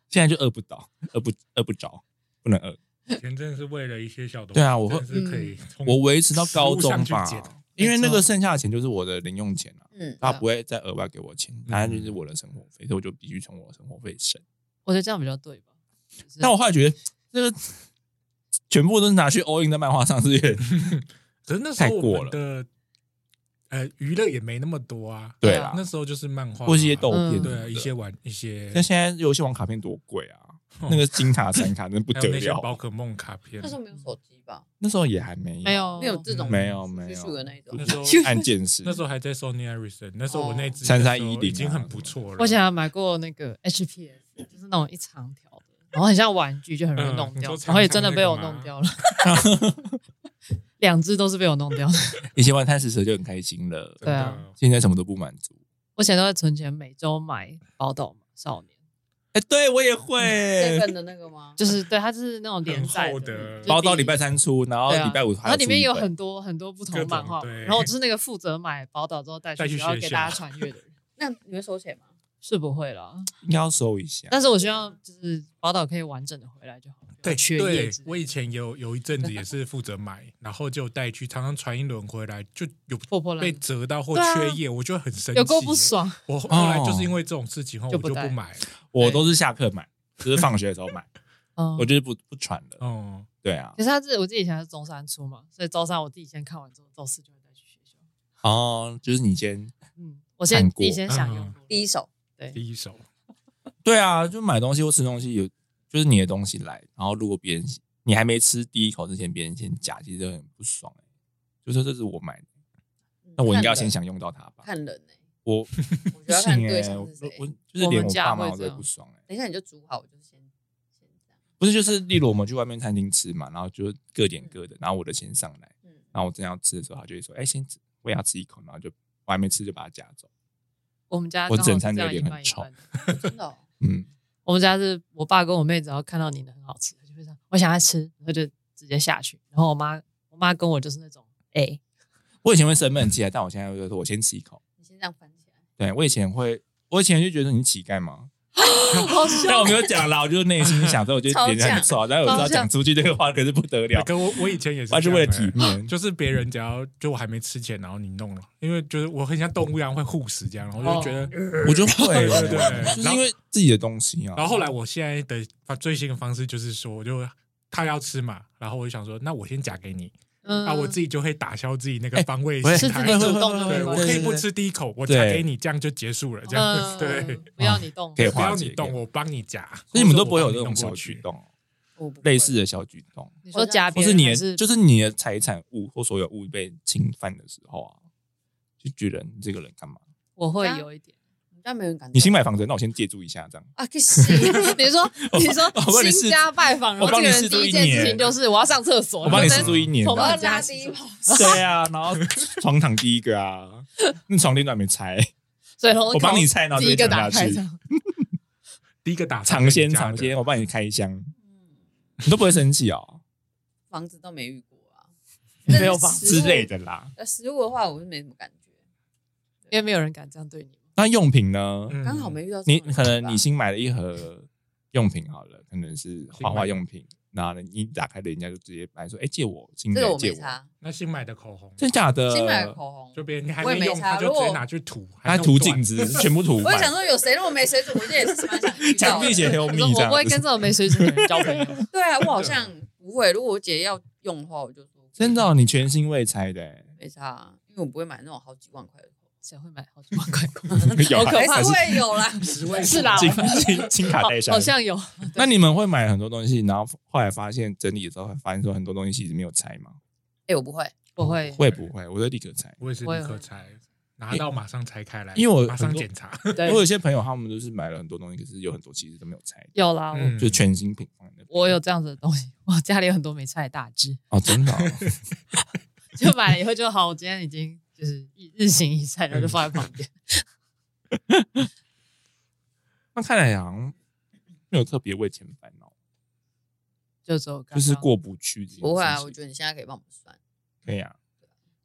B: 现在就饿不倒，饿不饿不着，不能饿。
C: 以前真的是为了一些小东西，
B: 对啊我会
C: 真的是可以
D: 嗯
C: 从
B: 我维持到高
C: 食物嗯上
B: 中
C: 去
B: 吧
C: 减，
B: 因为那个剩下的钱就是我的零用钱啊，
A: 嗯，
B: 他不会再额外给我钱，
C: 嗯
B: 反正就是我的生活费，所以我就必须从我的生活费省。
D: 我觉得这样比较对吧？就是
B: 但我后来觉得这个。全部都是拿去 all in 在漫画上，是有点
C: 可是那时
B: 太
C: 候我们
B: 过，
C: 的呃娱乐也没那么多啊
B: 对啦
C: 那，时候就是漫画啊，
B: 或是一些豆片
D: 嗯
B: 什么
C: 对
B: 的，
C: 啊，一些玩一些
B: 那，现在游戏王卡片多贵 啊！
C: 哦
B: 那个金卡、闪卡真不
C: 还
B: 得
C: 有那些宝
B: 了。
C: 可梦卡片
A: 那，时候没有手机吧？
B: 那时候也还没有，
D: 没有
A: 没有这种
B: 没有没
A: 叙
B: 有
A: 述的那种
B: 不
C: 那时候
B: 是按键式。
C: 那时候还在 Sony Ericsson，那时候我那只
B: 哦
C: 那时候
B: 3310
C: 已经很不错了，
D: 我以前还买过那个 HPS，就是那种一长条的，然后很像玩具，就很容易弄
C: 嗯你
D: 掉，
C: 说
D: 然后也真的
C: 长长那个
D: 被我
C: 吗
D: 弄掉了，两只都是被我弄掉的。
B: 以前玩贪食蛇就很开心了，
C: 真的
D: 对啊
B: 现在什么都不满足。
D: 我以前都会存钱，每周买宝岛少年，
B: 哎，对我也
A: 那
B: 会，
A: 份的那个吗？
D: 就是对，它是那种连载
C: 很厚的
D: 就是比
B: 包到礼拜三出，然后
D: 对啊
B: 礼拜五还
D: 然后里面
B: 出一
D: 有
B: 本
D: 很多很多不同的漫画
C: 各种
D: 嘛，
C: 对
D: 然后我就是那个负责买宝岛之后带
C: 带去
D: 去学校
C: 学
D: 给
C: 校
D: 大家传阅的人，
A: 那你会收钱吗？
D: 是不会啦。
B: 应该要收一下。
D: 但是我希望就是宝岛可以完整的回来就好，不要
C: 对
D: 缺
C: 对
D: 页之类，的
C: 我以前有有一阵子也是负责买，然后就带去，常常传一轮回来就有
D: 破破烂
C: 被
D: 烂
C: 折到或
D: 对啊
C: 缺页，我就很生气，
D: 有够不。爽。
C: 我后
B: 哦
C: 来就是因为这种事情，后我
D: 就
C: 就
D: 不带
C: 不买了。
B: 我都是下课买，就是放学的时候买，
D: 嗯
B: 我就是不不传了。
C: 哦，
B: 对啊
D: 可，是他是我记得以前是中山出嘛，所以周三我自己先看完之后，周四就会再去学校。
B: 哦，就是你先
D: 嗯，我先
B: 看
D: 自
B: 过
D: 己先享用
C: 嗯
D: 过。
A: 第一手，
C: 第一手，
B: 对啊，就买东西或吃东西有，就是你的东西来，然后如果别人你还没吃第一口之前，别人先夹，其实很不爽哎、就说这是我买的，那我应该要先享用到它吧？
A: 看人呢，欸
B: 我
A: 我
B: 不
A: 觉得要看
B: 行哎、
A: 对象
B: 我
A: 是谁
B: 我。就是
D: 我
B: 连
D: 们
B: 我
D: 家
B: 爸妈
D: 会
B: 我
D: 这
B: 都
D: 样
B: 不爽哎、
A: 等一下你就煮好，我就先先这样。
B: 不是就是例如我们去外面餐厅吃嘛，然后就各点各的，然后我的先上来，
A: 嗯，
B: 然后我正要吃的时候，他就会说：“哎、先我也要吃一口，然后就我还没吃就把它夹走。
D: 我们家
B: 我
D: 刚好
B: 整
D: 是
B: 餐
D: 这
B: 就
D: 样
B: 有
D: 一
B: 点
D: 半
B: 很
D: 一
B: 臭
D: 半的。
A: 真的哦、
B: 嗯，
D: 我们家是我爸跟我妹，只要看到你的很好吃，就会说我想要吃，然后就直接下去。然后我妈，我妈跟我就是那种，哎、
B: 我以前会生闷气啊，但我现在就说我先吃一口。
A: 你先这样翻起来，
B: 对我以前会，我以前就觉得你乞丐嘛，
A: 好凶
B: 但我没有讲啦，我就内心想说，我觉得别人很臭，啊但是我知道讲出去这个话可是不得了，
C: 可我我以前也是这
B: 我还
C: 样欸，
B: 是为了体面。
C: 就是别人只要就我还没吃前，然后你弄了，因为就是我很像动物一样会护食这样，然后我就觉得。
D: 哦
B: 我就会，
C: 对对对
B: 就是因为自己的东西啊。
C: 然后后来我现在的发最新的方式就是说，我就他要吃嘛，然后我就想说，那我先夹给你，
D: 嗯，
C: 啊，我自己就会打消自己
B: 哎
C: 那个方位
B: 我也
C: 心
D: 是
C: 态
D: 自己
B: 会
D: 主
B: 会
D: 动
B: 会
D: 的
B: 会
C: 对
D: 吗
C: 我
B: 会
C: 可以不吃第一口，我夹
B: 对
C: 给你，这样就结束了，这样子
D: 嗯，
C: 对，，
D: 不要你动，
B: 哦可以
C: 不
B: 化
C: 要
B: 解
C: 你动，我帮你夹，
B: 所以你们都
C: 或者
B: 不会有这种
C: 我帮你弄
B: 小
C: 过
B: 举
C: 去，
B: 动哦，
A: 我不会
B: 类似的小举动，
D: 你说夹
B: 或
D: 别
B: 是
D: 人
B: 你
D: 还
B: 的
D: 是
B: 就是你的财产物或所有物被侵犯的时候啊，就觉得你这个人干嘛？
D: 我会有一点，
A: 我们家没有人敢动。
B: 你新买房子，那我先借住一下这样。
D: 啊，可惜 你说你说
B: 我哦帮你试
D: 新家拜访，然
B: 我
D: 后
B: 帮
D: 这
B: 你
D: 个
B: 试
D: 人
B: 住
D: 第一
B: 一
D: 件事
B: 年
D: 情就是我要上厕所，
B: 我帮你
D: 然后
B: 试
D: 再
B: 住一年，啊
D: 从
A: 我要
D: 我家
A: 拉
D: 洗
A: 第一跑，
B: 对啊，然后床躺第一个啊，那床垫都还没拆，
D: 所以我
B: 我帮你拆，然后
D: 第一
B: 直接
D: 个
B: 讲
D: 打
B: 下
D: 开
B: 去
D: 这。样，
C: 第一个打
B: 尝鲜
C: 人家的
B: 尝鲜，，我帮你开箱，你都不会生气哦，
A: 房子都没遇过啊，
D: 没有吧
A: 但是食
B: 之
A: 物
B: 类。的啦。
A: 呃，食物的话，我是没什么感觉，
D: 因为没有人敢这样对你。
B: 那用品呢？
C: 嗯
A: 刚好没遇到这
B: 你
A: 种人吧。
B: 可能
D: 嗯
B: 你新买了一盒用品好了，可能是画画用品，然后呢你打开的人家就直接来说：“哎，借我，新
A: 这个
B: 的
A: 我
B: 借
A: 没
B: 我。
A: 擦，
C: 那新买的口红”，
B: 真假的？
A: 新买的口红
C: 就别人还
A: 我也没
C: 用，
A: 擦
C: 他就
A: 如
C: 直
A: 果
C: 接拿去涂，
B: 他
C: 弄
B: 涂镜
C: 断
B: 子，全部涂
A: 我也
B: 满
A: 想，说，有谁那么没水准？我这也是蛮想遇到的
B: 墙壁写黑
D: 我
B: 蜜
D: 说我
B: 这样
D: 不会跟
B: 子
D: 这。种没水准的人 交朋友。
A: 对啊，我好像不会。如果我姐要用的话，我就说
B: 真的哦，你全 新未拆的欸，
A: 没差啊，因为我不会买那种好几万块的。
D: 谁会买好几万块口
B: 有
D: 好可
A: 还
D: 怕
A: 是会有 啦，
C: 十位
D: 是啦
B: 金金金卡带
D: 红？
B: 上
D: 好。像有，
B: 那你们会买很多东西，然后后来发现整理的时候，发现说很多东西其实没有拆吗？
A: 哎，我不会，
D: 我会
B: 会不会？我就立刻拆。
C: 我也是
D: 我也
C: 立刻
D: 会
C: 拆，拿到马上拆开来，
B: 因为我嗯
C: 马上
B: 很多
C: 检查，
D: 对
B: 我有些朋友他们都是买了很多东西，可是有很多其实都没有拆，
D: 有啦，我
C: 嗯
B: 就全新品放在那边。
D: 我有这样子的东西，我家里有很多没菜大只，
B: 哦，真的哦、
D: 就买了以后就好。我今天已经就是一日行一善，然后就放在旁边。
B: 那看来好像没有特别为钱烦恼，
D: 就只有刚
B: 就
D: 刚
B: 是过不去这件事情。
A: 不会啊。我觉得你现在可以帮我们算
B: 可以啊。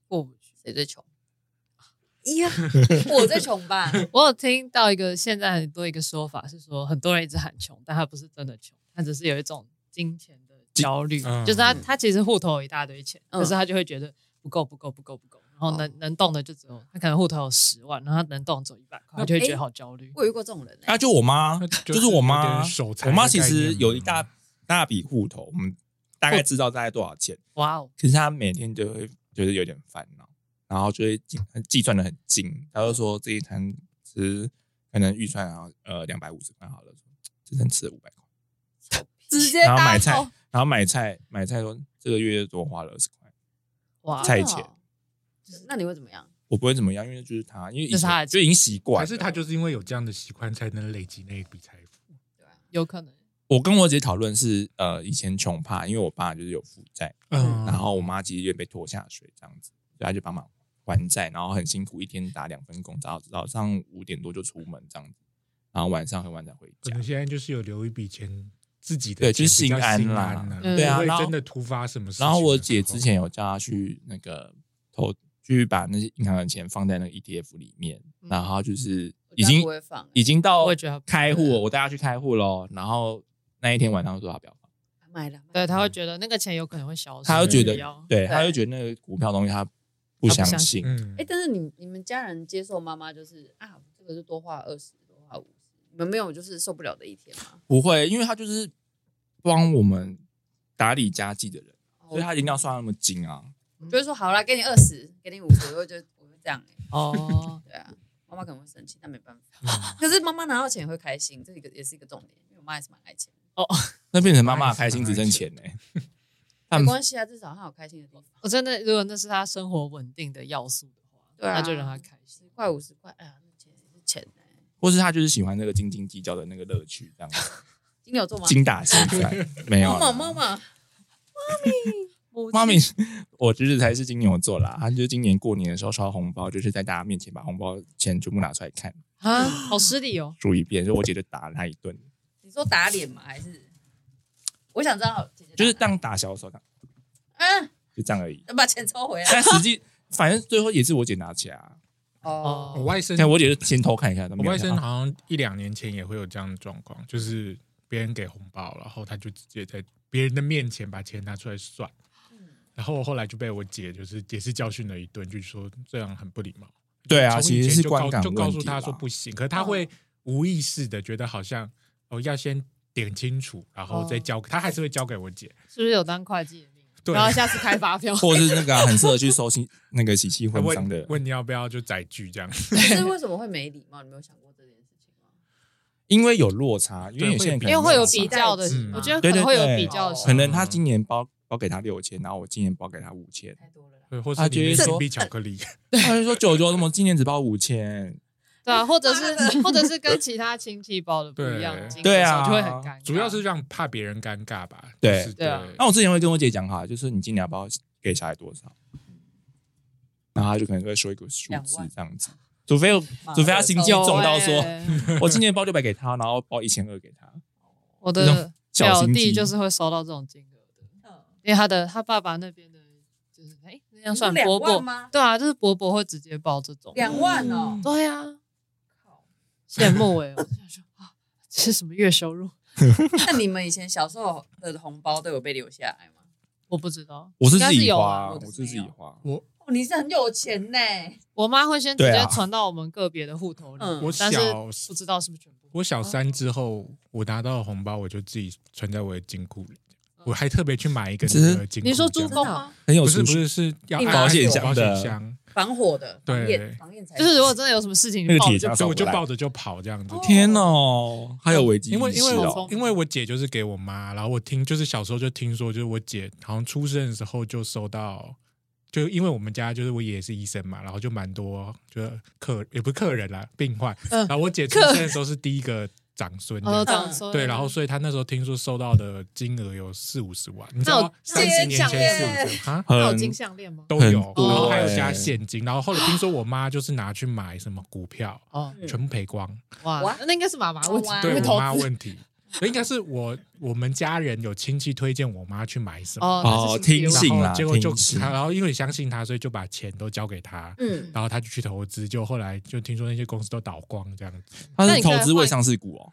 D: 过不去。
A: 谁最 穷。 呀，我最穷吧？
D: 我有听到一个现在很多一个说法是说，很多人一直喊穷，但他不是真的穷，他只是有一种金钱的焦虑，
C: 嗯
D: 就是他他其实户头有一大堆钱，
A: 嗯
D: 可是他就会觉得不够不够不够不够，然后能、
A: 哦
D: 能动的就只有他可能户头有十万，然后他能动只有一百块，
C: 那
D: 他就会觉
A: 诶
D: 得好焦虑。
A: 我有遇过这种人
B: 啊，
A: 哎，
B: 就我妈
C: 那，就
B: 就是我
C: 有
B: 妈
C: 点守，财
B: 我
C: 的
B: 妈其
C: 概
B: 实
C: 念嗯哦
B: 有一
C: 嘛
B: 大大笔户头，我们大概知道大概多少钱，
D: 哇哦，
B: 可是她每天就会觉得有点烦恼，然后就会计计算的很精，她就说这一餐吃可能预算啊呃两百五十块好了，这餐吃了五百块，
A: 直接
B: 然后买
A: 搭
B: 菜
A: 头，
B: 然后买菜买菜说这个月多花了二十块。
D: 哇哦，
B: 菜
A: 真的
B: 钱
A: 哦。就是那你会怎么样？
B: 我不会怎么样，因为就是他，因为以
D: 这是
B: 前
D: 他的
B: 就已经习惯
C: 还
B: 了。
C: 是他就是因为有这样的习惯，才能累积那一笔财富。
A: 对吧？
D: 有可能
B: 我跟我姐讨论是，呃，以前穷怕，因为我爸就是有负债，
A: 嗯
B: 然后我妈其实也被拖下水这样子，所以她就帮忙还债，然后很辛苦，一天打两份工，早早上五点多就出门这样子，然后晚上很晚才回
C: 可
B: 家
C: 能。现在就是有留一笔钱自己的
B: 对
C: 钱，
B: 就是
C: 比较
B: 心安
C: 心
B: 啦
C: 安啦，
D: 嗯
B: 对啊
C: 不会
B: 然后
C: 真的突发什么事情的时候。啊
B: 然后我姐之前有叫她去那个投，去把那些银行的钱放在那个 ETF 里面，
D: 嗯
B: 然后就是
A: 我
B: 已
A: 家
B: 经
A: 不会放，欸
B: 已经到
D: 我也觉得她不
B: 开户了，我带她去开户喽。然后那一天晚上说她不要放。
A: 买了，
D: 对他会觉得那个钱有可能会消失，
B: 他就觉
D: 不
B: 得
D: 要，
B: 对，他
A: 对
B: 就觉得那个股票东西他不
D: 他不
B: 相
D: 相
B: 信。
C: 嗯
A: 哎、，但是你你们家人接受妈妈就是啊，这个就多花二十，多花五十，你们没有就是受不了的一天吗？
B: 不会，因为他就是帮我们打理家计的人，所以他一定要算那么精啊。
A: 就会说好啦，给你二十，给你五十，我就我会这样、欸。
D: 哦，
A: 对啊，妈妈可能会生气，但没办
B: 嗯
A: 法。可是妈妈拿到钱也会开心，这一个也是一个重点，因为我妈也是蛮爱钱的，
B: 那变成妈妈的开心只剩钱呢、但
A: 没关系啊，至少她有开心的地方。
D: 我真的如果那是他生活稳定的要素的话，
A: 对啊
D: 那就让他开心
A: 十。块五十块，哎呀，那钱也是钱哎、
B: 或是他就是喜欢那个斤斤计较的那个乐趣，这样子
A: 金牛座吗？
B: 精打细算。没有
A: 妈
B: 啦，
A: 妈妈妈，
B: 妈咪，我侄子才是金牛座啦，他就是今年过年的时候烧红包，就是在大家面前把红包钱全部拿出来看，
D: 啊，好失礼哦。
B: 数一遍，所以我姐就打了他一顿，
A: 你说打脸吗？还是我想知道姐姐打
B: 就是这
A: 哪
B: 样打小手，
A: 嗯，
B: 就这样而已。
A: 能把钱抽回来
B: 但实际反正最后也是我姐拿起来、啊，
A: 哦。
C: 我外甥，
B: 但我姐啊就先偷看一下，
C: 我
B: 我
C: 外甥好像一两年前也会有这样的状况，就是别人给红包，然后他就直接在别人的面前把钱拿出来算，然后后来就被我姐就是也是教训了一顿，就说这样很不礼貌。
B: 对啊，
C: 从以
B: 其实
C: 前
B: 是
C: 就
B: 观
C: 告
B: 感
C: 就告
B: 问
C: 诉
B: 题
C: 他
B: 啦
C: 说不行，可是他会无意识的觉得好像哦要先点清楚，然后再
D: 哦
C: 交，他还是会交给我姐。
D: 是不是有当会计的命？
C: 对
D: 然后下次开
B: ，
D: 发票
B: 或者是那个啊、很适合去收新那个喜气
C: 他
B: 婚丧
C: 问
B: 的，
C: 问你要不要就载具这样，
A: 可是为什么会没礼貌？你没有想过这件事情吗？
B: 因为有落差，因为有些人
C: 会
B: 可能
C: 有
D: 因为会有
B: 是
D: 比较的
C: 嗯，
D: 我觉得可能会有比较
A: 对
D: 的
A: 对对
B: 可能他今年包包给他六千，然后我今年包给他五千，
A: 太多了啦。
C: 对或
D: 啊
B: 他
C: 是
B: 觉
C: 里
B: 得说
C: 面金币巧克力，
B: 他就说九九怎么今年只包五千？
D: 对啊，或者 是或者是跟其他亲戚包的不一样，
C: 对
D: 金额
B: 对啊
D: 就会很尴尬。
C: 主要是让怕别人尴尬吧。
B: 对
C: 就是
D: 对啊
B: 那我之前会跟我姐讲哈，就是你今年要包给小孩多少，然后他就可能会说一个数
A: 两
B: 字
A: 万
B: 这样子，除非我除非他心机
D: 有
B: 重到
D: 欸
B: 说， 我今年包六百给他，然后包一千二给他，
D: 我
B: 这种
D: 的
B: 小
D: 表
B: 心机
D: 弟就是会收到这种金额的，
A: 嗯
D: 因为他的他爸爸那边的，就是哎，那样算
A: 你说
D: 伯
A: 两
D: 伯
A: 万吗
D: 对啊，就是伯伯会直接包这种，
A: 两万哦，
D: 对啊，
A: 靠！
D: 羡慕哎，我就想说啊，这是什么月收入？
A: 那你们以前小时候的红包都有被留下来吗？
D: 我不知道，
B: 我是
D: 应该
B: 自
D: 是
B: 己
D: 有
B: 花，
D: 啊。
A: 我的
B: 我
A: 是
B: 是
A: 没
B: 自己
A: 有
B: 花。
C: 我
A: 哦，你是很有钱呢。
D: 我妈会先直
B: 对
D: 接
B: 啊
D: 传到我们个别的户头里，
A: 嗯
C: 我
D: 但是
C: 小
D: 不知道是不哦是全部。
C: 我小三之后，我拿到的红包我就自己存在我的金库里，我还特别去买一个
B: 只是
C: 那个金库。
D: 嗯你说珠
A: 公
D: 峰吗？
B: 很有
C: 不是
B: 出
C: 不
B: 息
C: 是是要
A: 一
C: 按
A: 保险
C: 那个
B: 箱
C: 保
B: 的
C: 险箱，
A: 防火的，
C: 对
A: 防焰防焰才
D: 就是如果真的有什么事情，
B: 那个
D: 报
B: 铁
D: 就
B: 砂
C: 所
B: 手
C: 以我就
B: 不来
C: 抱着就跑这样子。
B: 天哦，还有危机意识
C: 因为因为
B: 哦
C: 我因为我姐就是给我妈，然后我听就是小时候就听说，就是我姐好像出生的时候就收到，就因为我们家就是我爷爷是医生嘛，然后就蛮多就是客也不是客人啦，病患，
D: 嗯
C: 然后我姐出生的时候是第一个长孙这
D: 哦，
C: 样，
D: 这样说
C: 对，然后所以她那时候听说收到的金额有四五十万，你知
D: 那
C: 道
D: 我
C: 三十年
D: 那
C: 前
D: 我
C: 四五十万啊。
D: 那有
B: 很
D: 金项链吗？
C: 都
B: 很
C: 有，
B: 多
C: 然后还有加
B: 欸
C: 现金，然后后来听说我妈就是拿去买什么股票，
D: 哦，
A: 嗯
C: 全部赔光。
D: 哇
A: 哇，
D: 那应该是妈妈问题
A: 哇，
D: 啊因
C: 对
D: 为
C: 我
D: 投
C: 妈
D: 资
C: 问题，应该是我我们家人有亲戚推荐我妈去买什么，
D: 哦
B: 哦听
C: 然
B: 信
C: 后
B: 啦
C: 结果就
B: 听信
C: 她，然后因为相信她，所以就把钱都交给她，
A: 嗯，
C: 然后她就去投资，就后来就听说那些公司都倒光这样子，
B: 他是投资未上市股哦，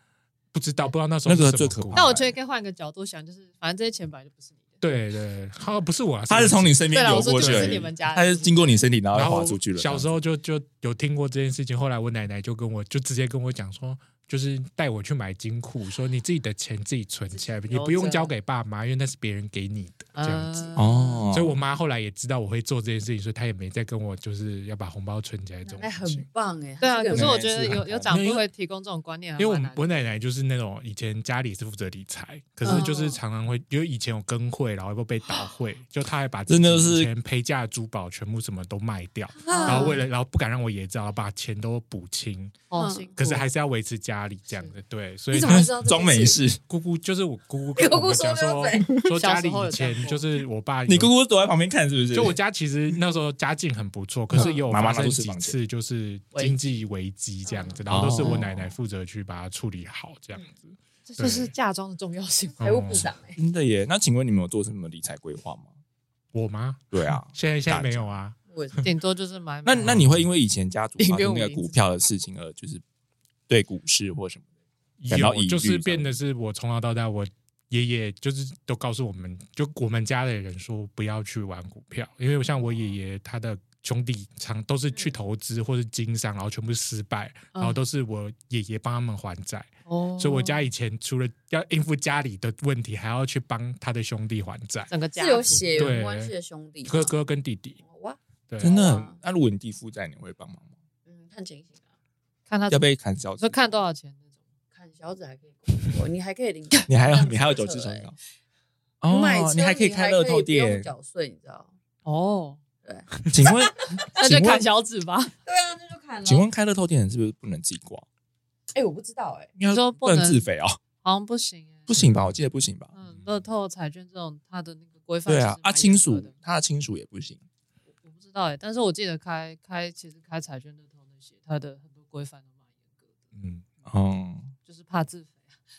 C: 不知道不知道那时候
B: 那个
C: 是什
B: 最
C: 么
B: 可
C: 股
B: 怕
D: 但我觉得可以换个角度想，就是反正这些钱本来就不是你的，
C: 对对，好像不是我啊，
B: 他是从你身边
D: 对啦
B: 流
D: 我说
B: 过去
D: 就是
B: 而已
D: 你们家的
B: 他是经过你身体然
C: 然
B: 后
C: 后
B: 滑出去了。
C: 小时候就就有听过这件事情，后来我奶奶就跟我就直接跟我讲说。就是带我去买金库，说你自己的钱自己存起来，
D: 自己
C: 你
D: 留
C: 不用
D: 着
C: 交给爸妈，因为那是别人给你的这样子。
D: 嗯
B: 哦，
C: 所以我妈后来也知道我会做这件事情，所以她也没再跟我就是要把红包存起来这
A: 奶
C: 种
A: 奶
C: 事
A: 很
C: 情。
A: 棒哎。
D: 对啊。
A: 这
D: 可
A: 个
D: 是
A: 人
D: 我觉得
B: 奶奶
D: 有
B: 是
D: 有长
C: 没有
D: 辈
C: 因为
D: 会提供这种观念还
C: 因为我们
D: 蛮难的，
C: 我奶奶就是那种以前家里是负责理财，可是
A: 嗯
C: 就是常常会，因为以前有跟会，然后又被倒会，就她还把自己
B: 真的是
C: 以前陪嫁的珠宝全部什么都卖掉，
A: 啊
C: 然后为了然后不敢让我爷知道，把钱都补清，
D: 哦
A: 嗯
D: 辛苦
C: 可是还是要维持家里这样的。对，所以
A: 你怎
C: 她
A: 么会知道这件事
B: 装没？事，
C: 姑姑就是我姑姑跟
A: 姑
C: 我
A: 姑
C: 们讲
A: 说
C: 说
A: 没
C: 说家里
D: 小时候
C: 以
D: 有
C: 前
D: 讲过
C: 就是我爸有
B: 你姑姑躲在旁边看是不是？
C: 就我家其实那时候家境很不错，可是也有
B: 嗯妈妈
C: 发
B: 拿出
C: 生
B: 私
C: 几
B: 房钱
C: 次就是经济危机这样子，然后都是我奶奶负责去把它处理好这样子。
D: 这就是嫁妆的重要性。
A: 嗯 财务部长哎，
B: 真的耶。那请问你们有做什么理财规 划吗？
C: 嗯我妈
B: 对啊，
C: 现在现在没有啊，
B: 哦
A: 我
D: 顶多就是买
B: 那
D: 买
B: 那你会因为以前家族发生
D: 0.5
B: 那个股票的事情而就是对股市或什么的？感到
C: 有
B: 疑虑
C: 就是变得是我从小到大我。爷爷就是都告诉我们，就我们家的人说不要去玩股票，因为像我爷爷他的兄弟常都是
A: 嗯
C: 去投资或是经商，然后全部失败，然后都是我爷爷帮他们还债。
D: 哦
C: 所以我家以前除了要应付家里的问题，还要去帮他的兄弟还债，
D: 整个家
A: 是有
D: 族
A: 血缘关系的兄弟吗
C: 哥哥跟弟弟。
A: 哇，
C: 对，
B: 真的
A: 哇
B: 很？啊那如果你弟负债，你会帮忙吗？
A: 嗯，看情形啊，
D: 看他
B: 要被砍销，
D: 说看多少钱那种，
A: 看小指还可以工作，你还可以领奖，
B: 你还
A: 这
B: 有
A: 样
B: 你还有
A: 车
B: 九支成
A: 欸
B: 高。
A: 买
B: 哦
A: 车，
B: 你还可以开乐
A: 你还可
B: 透
A: 以不用
B: 店，
A: 缴税，你知道？
D: 哦，
B: 请问，
D: 那就
B: 请
D: 看
B: 问，
D: 小指吧。
A: 对啊，那就看了。
B: 请问开乐透店是不是不能自己挂？
A: 哎，我不知道哎，
B: 应该
D: 说不
B: 不能
D: 能
B: 自费哦，
D: 好像不行耶，嗯
B: 不行吧？我记得不行吧？
D: 嗯，乐透彩券这种它的那个规范
B: 嗯对
D: 其
B: 啊
D: 实，
B: 啊，
D: 蛮
B: 亲
D: 严格的
B: 属他的亲属也不行，
D: 我不知道哎、但是我记得开开其实开彩券乐透那些，它的很多规范都蛮严格的，
C: 嗯，
B: 嗯，
D: 就是怕自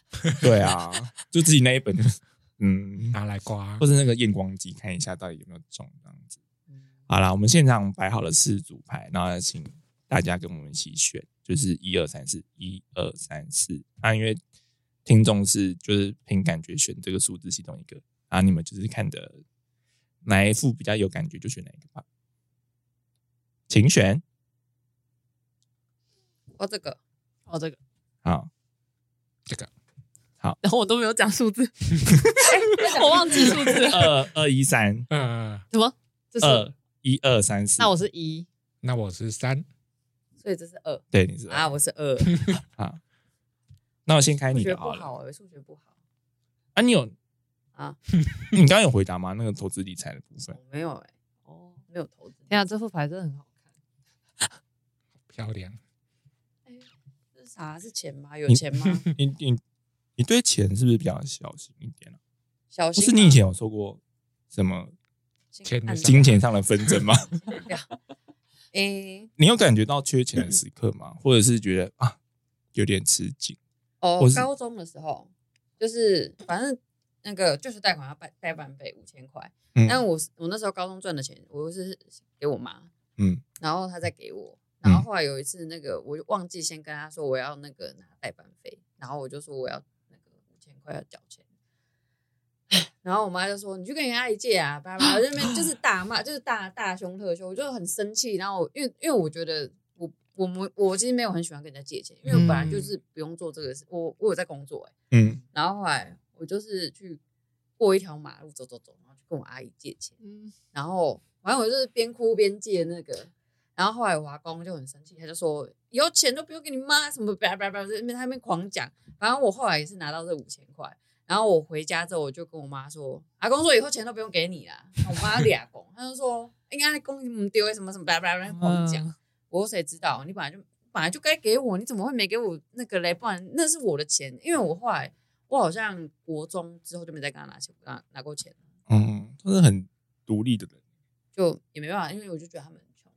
D: 肥啊。
B: 对啊，就自己那一本， 嗯，
C: 拿来 刮
B: 或，者那个验光机看一下到底有没有中这样子。
D: 嗯
B: 好啦，我们现场摆好了四组牌，然后请大家跟我们一起选，就是一二三四，一二三四。那因为听众是就是凭感觉选这个数字其中一个，啊，你们就是看的哪一副比较有感觉就选哪一个吧，请选。
A: 哦，这 个
D: 哦，这个，
B: 好，
D: 然后我都没有讲数字，我忘记数字了。
B: 二二一三，
C: 嗯，
D: 什么？这是？
B: 二一二三四。
D: 那我是一，
C: 那我是三，
A: 所以这是二
B: 对你是
A: 啊，
B: 啊，
A: 我是二，
B: 那我先开
A: 数
B: 你
A: 学
B: 的
A: 不
B: 好了。
A: 好哎，数学不好
B: 啊，你有
A: 啊，
B: 你刚刚有回答吗？那个投资理财的部分
A: 我，没有哎，
D: 哦，
A: 没有投资，
D: 天啊，这副牌真的很好看。
C: 漂亮，
A: 这是啥？是钱吗？有
B: 你
A: 钱吗？
C: 嗯
B: 你你你对钱是不是比较小心一点啊？
A: 小
B: 不
A: 心啊，
B: 是你以前有受过什么
A: 先
C: 钱
A: 按
B: 金钱上的纷争 吗？
A: 先不要诶，
B: 你有感觉到缺钱的时刻吗？或者是觉得啊有点吃紧？
A: 哦
B: 我，是
A: 高中的时候就是反正那个就是贷款要贷贷半倍五千块，
B: 嗯
A: 但我是我那时候高中赚的钱，我是给我妈，
B: 嗯
A: 然后她再给我，然后后来有一次那个我就忘记先跟她说我要那个拿代班费，然后我就说我要那个五千块要缴钱。 然后我妈就说：“你去跟你阿姨借啊，爸爸这边就是大骂，就是大大凶特凶，我就很生气。然后我因为因为我觉得我我们我其实没有很喜欢跟人家借钱，因为我本来就是不用做这个事，我我有在工作哎、
B: 嗯
A: 然后后来我就是去过一条马路走走走，然后去跟我阿姨借钱，
D: 嗯，
A: 然后反正我就是边哭边借那个。然后后来我阿公就很生气，他就说有钱都不用给你妈什么叭叭叭，在那边他那边狂讲。反正我后来也是拿到这五千块，然后我回家之后我就跟我妈说，阿公说以后钱都不用给你啦。然后我妈俩公，他就说应该公母丢什么什么叭叭叭狂讲。
D: 嗯
A: 我说谁知道？你本来就本来就该给我，你怎么会没给我那个嘞？不然那是我的钱，因为我后来我好像国中之后就没再跟他拿钱，拿拿过钱，
B: 嗯，都是很独立的人。
A: 就也没办法，因为我就觉得他们很穷。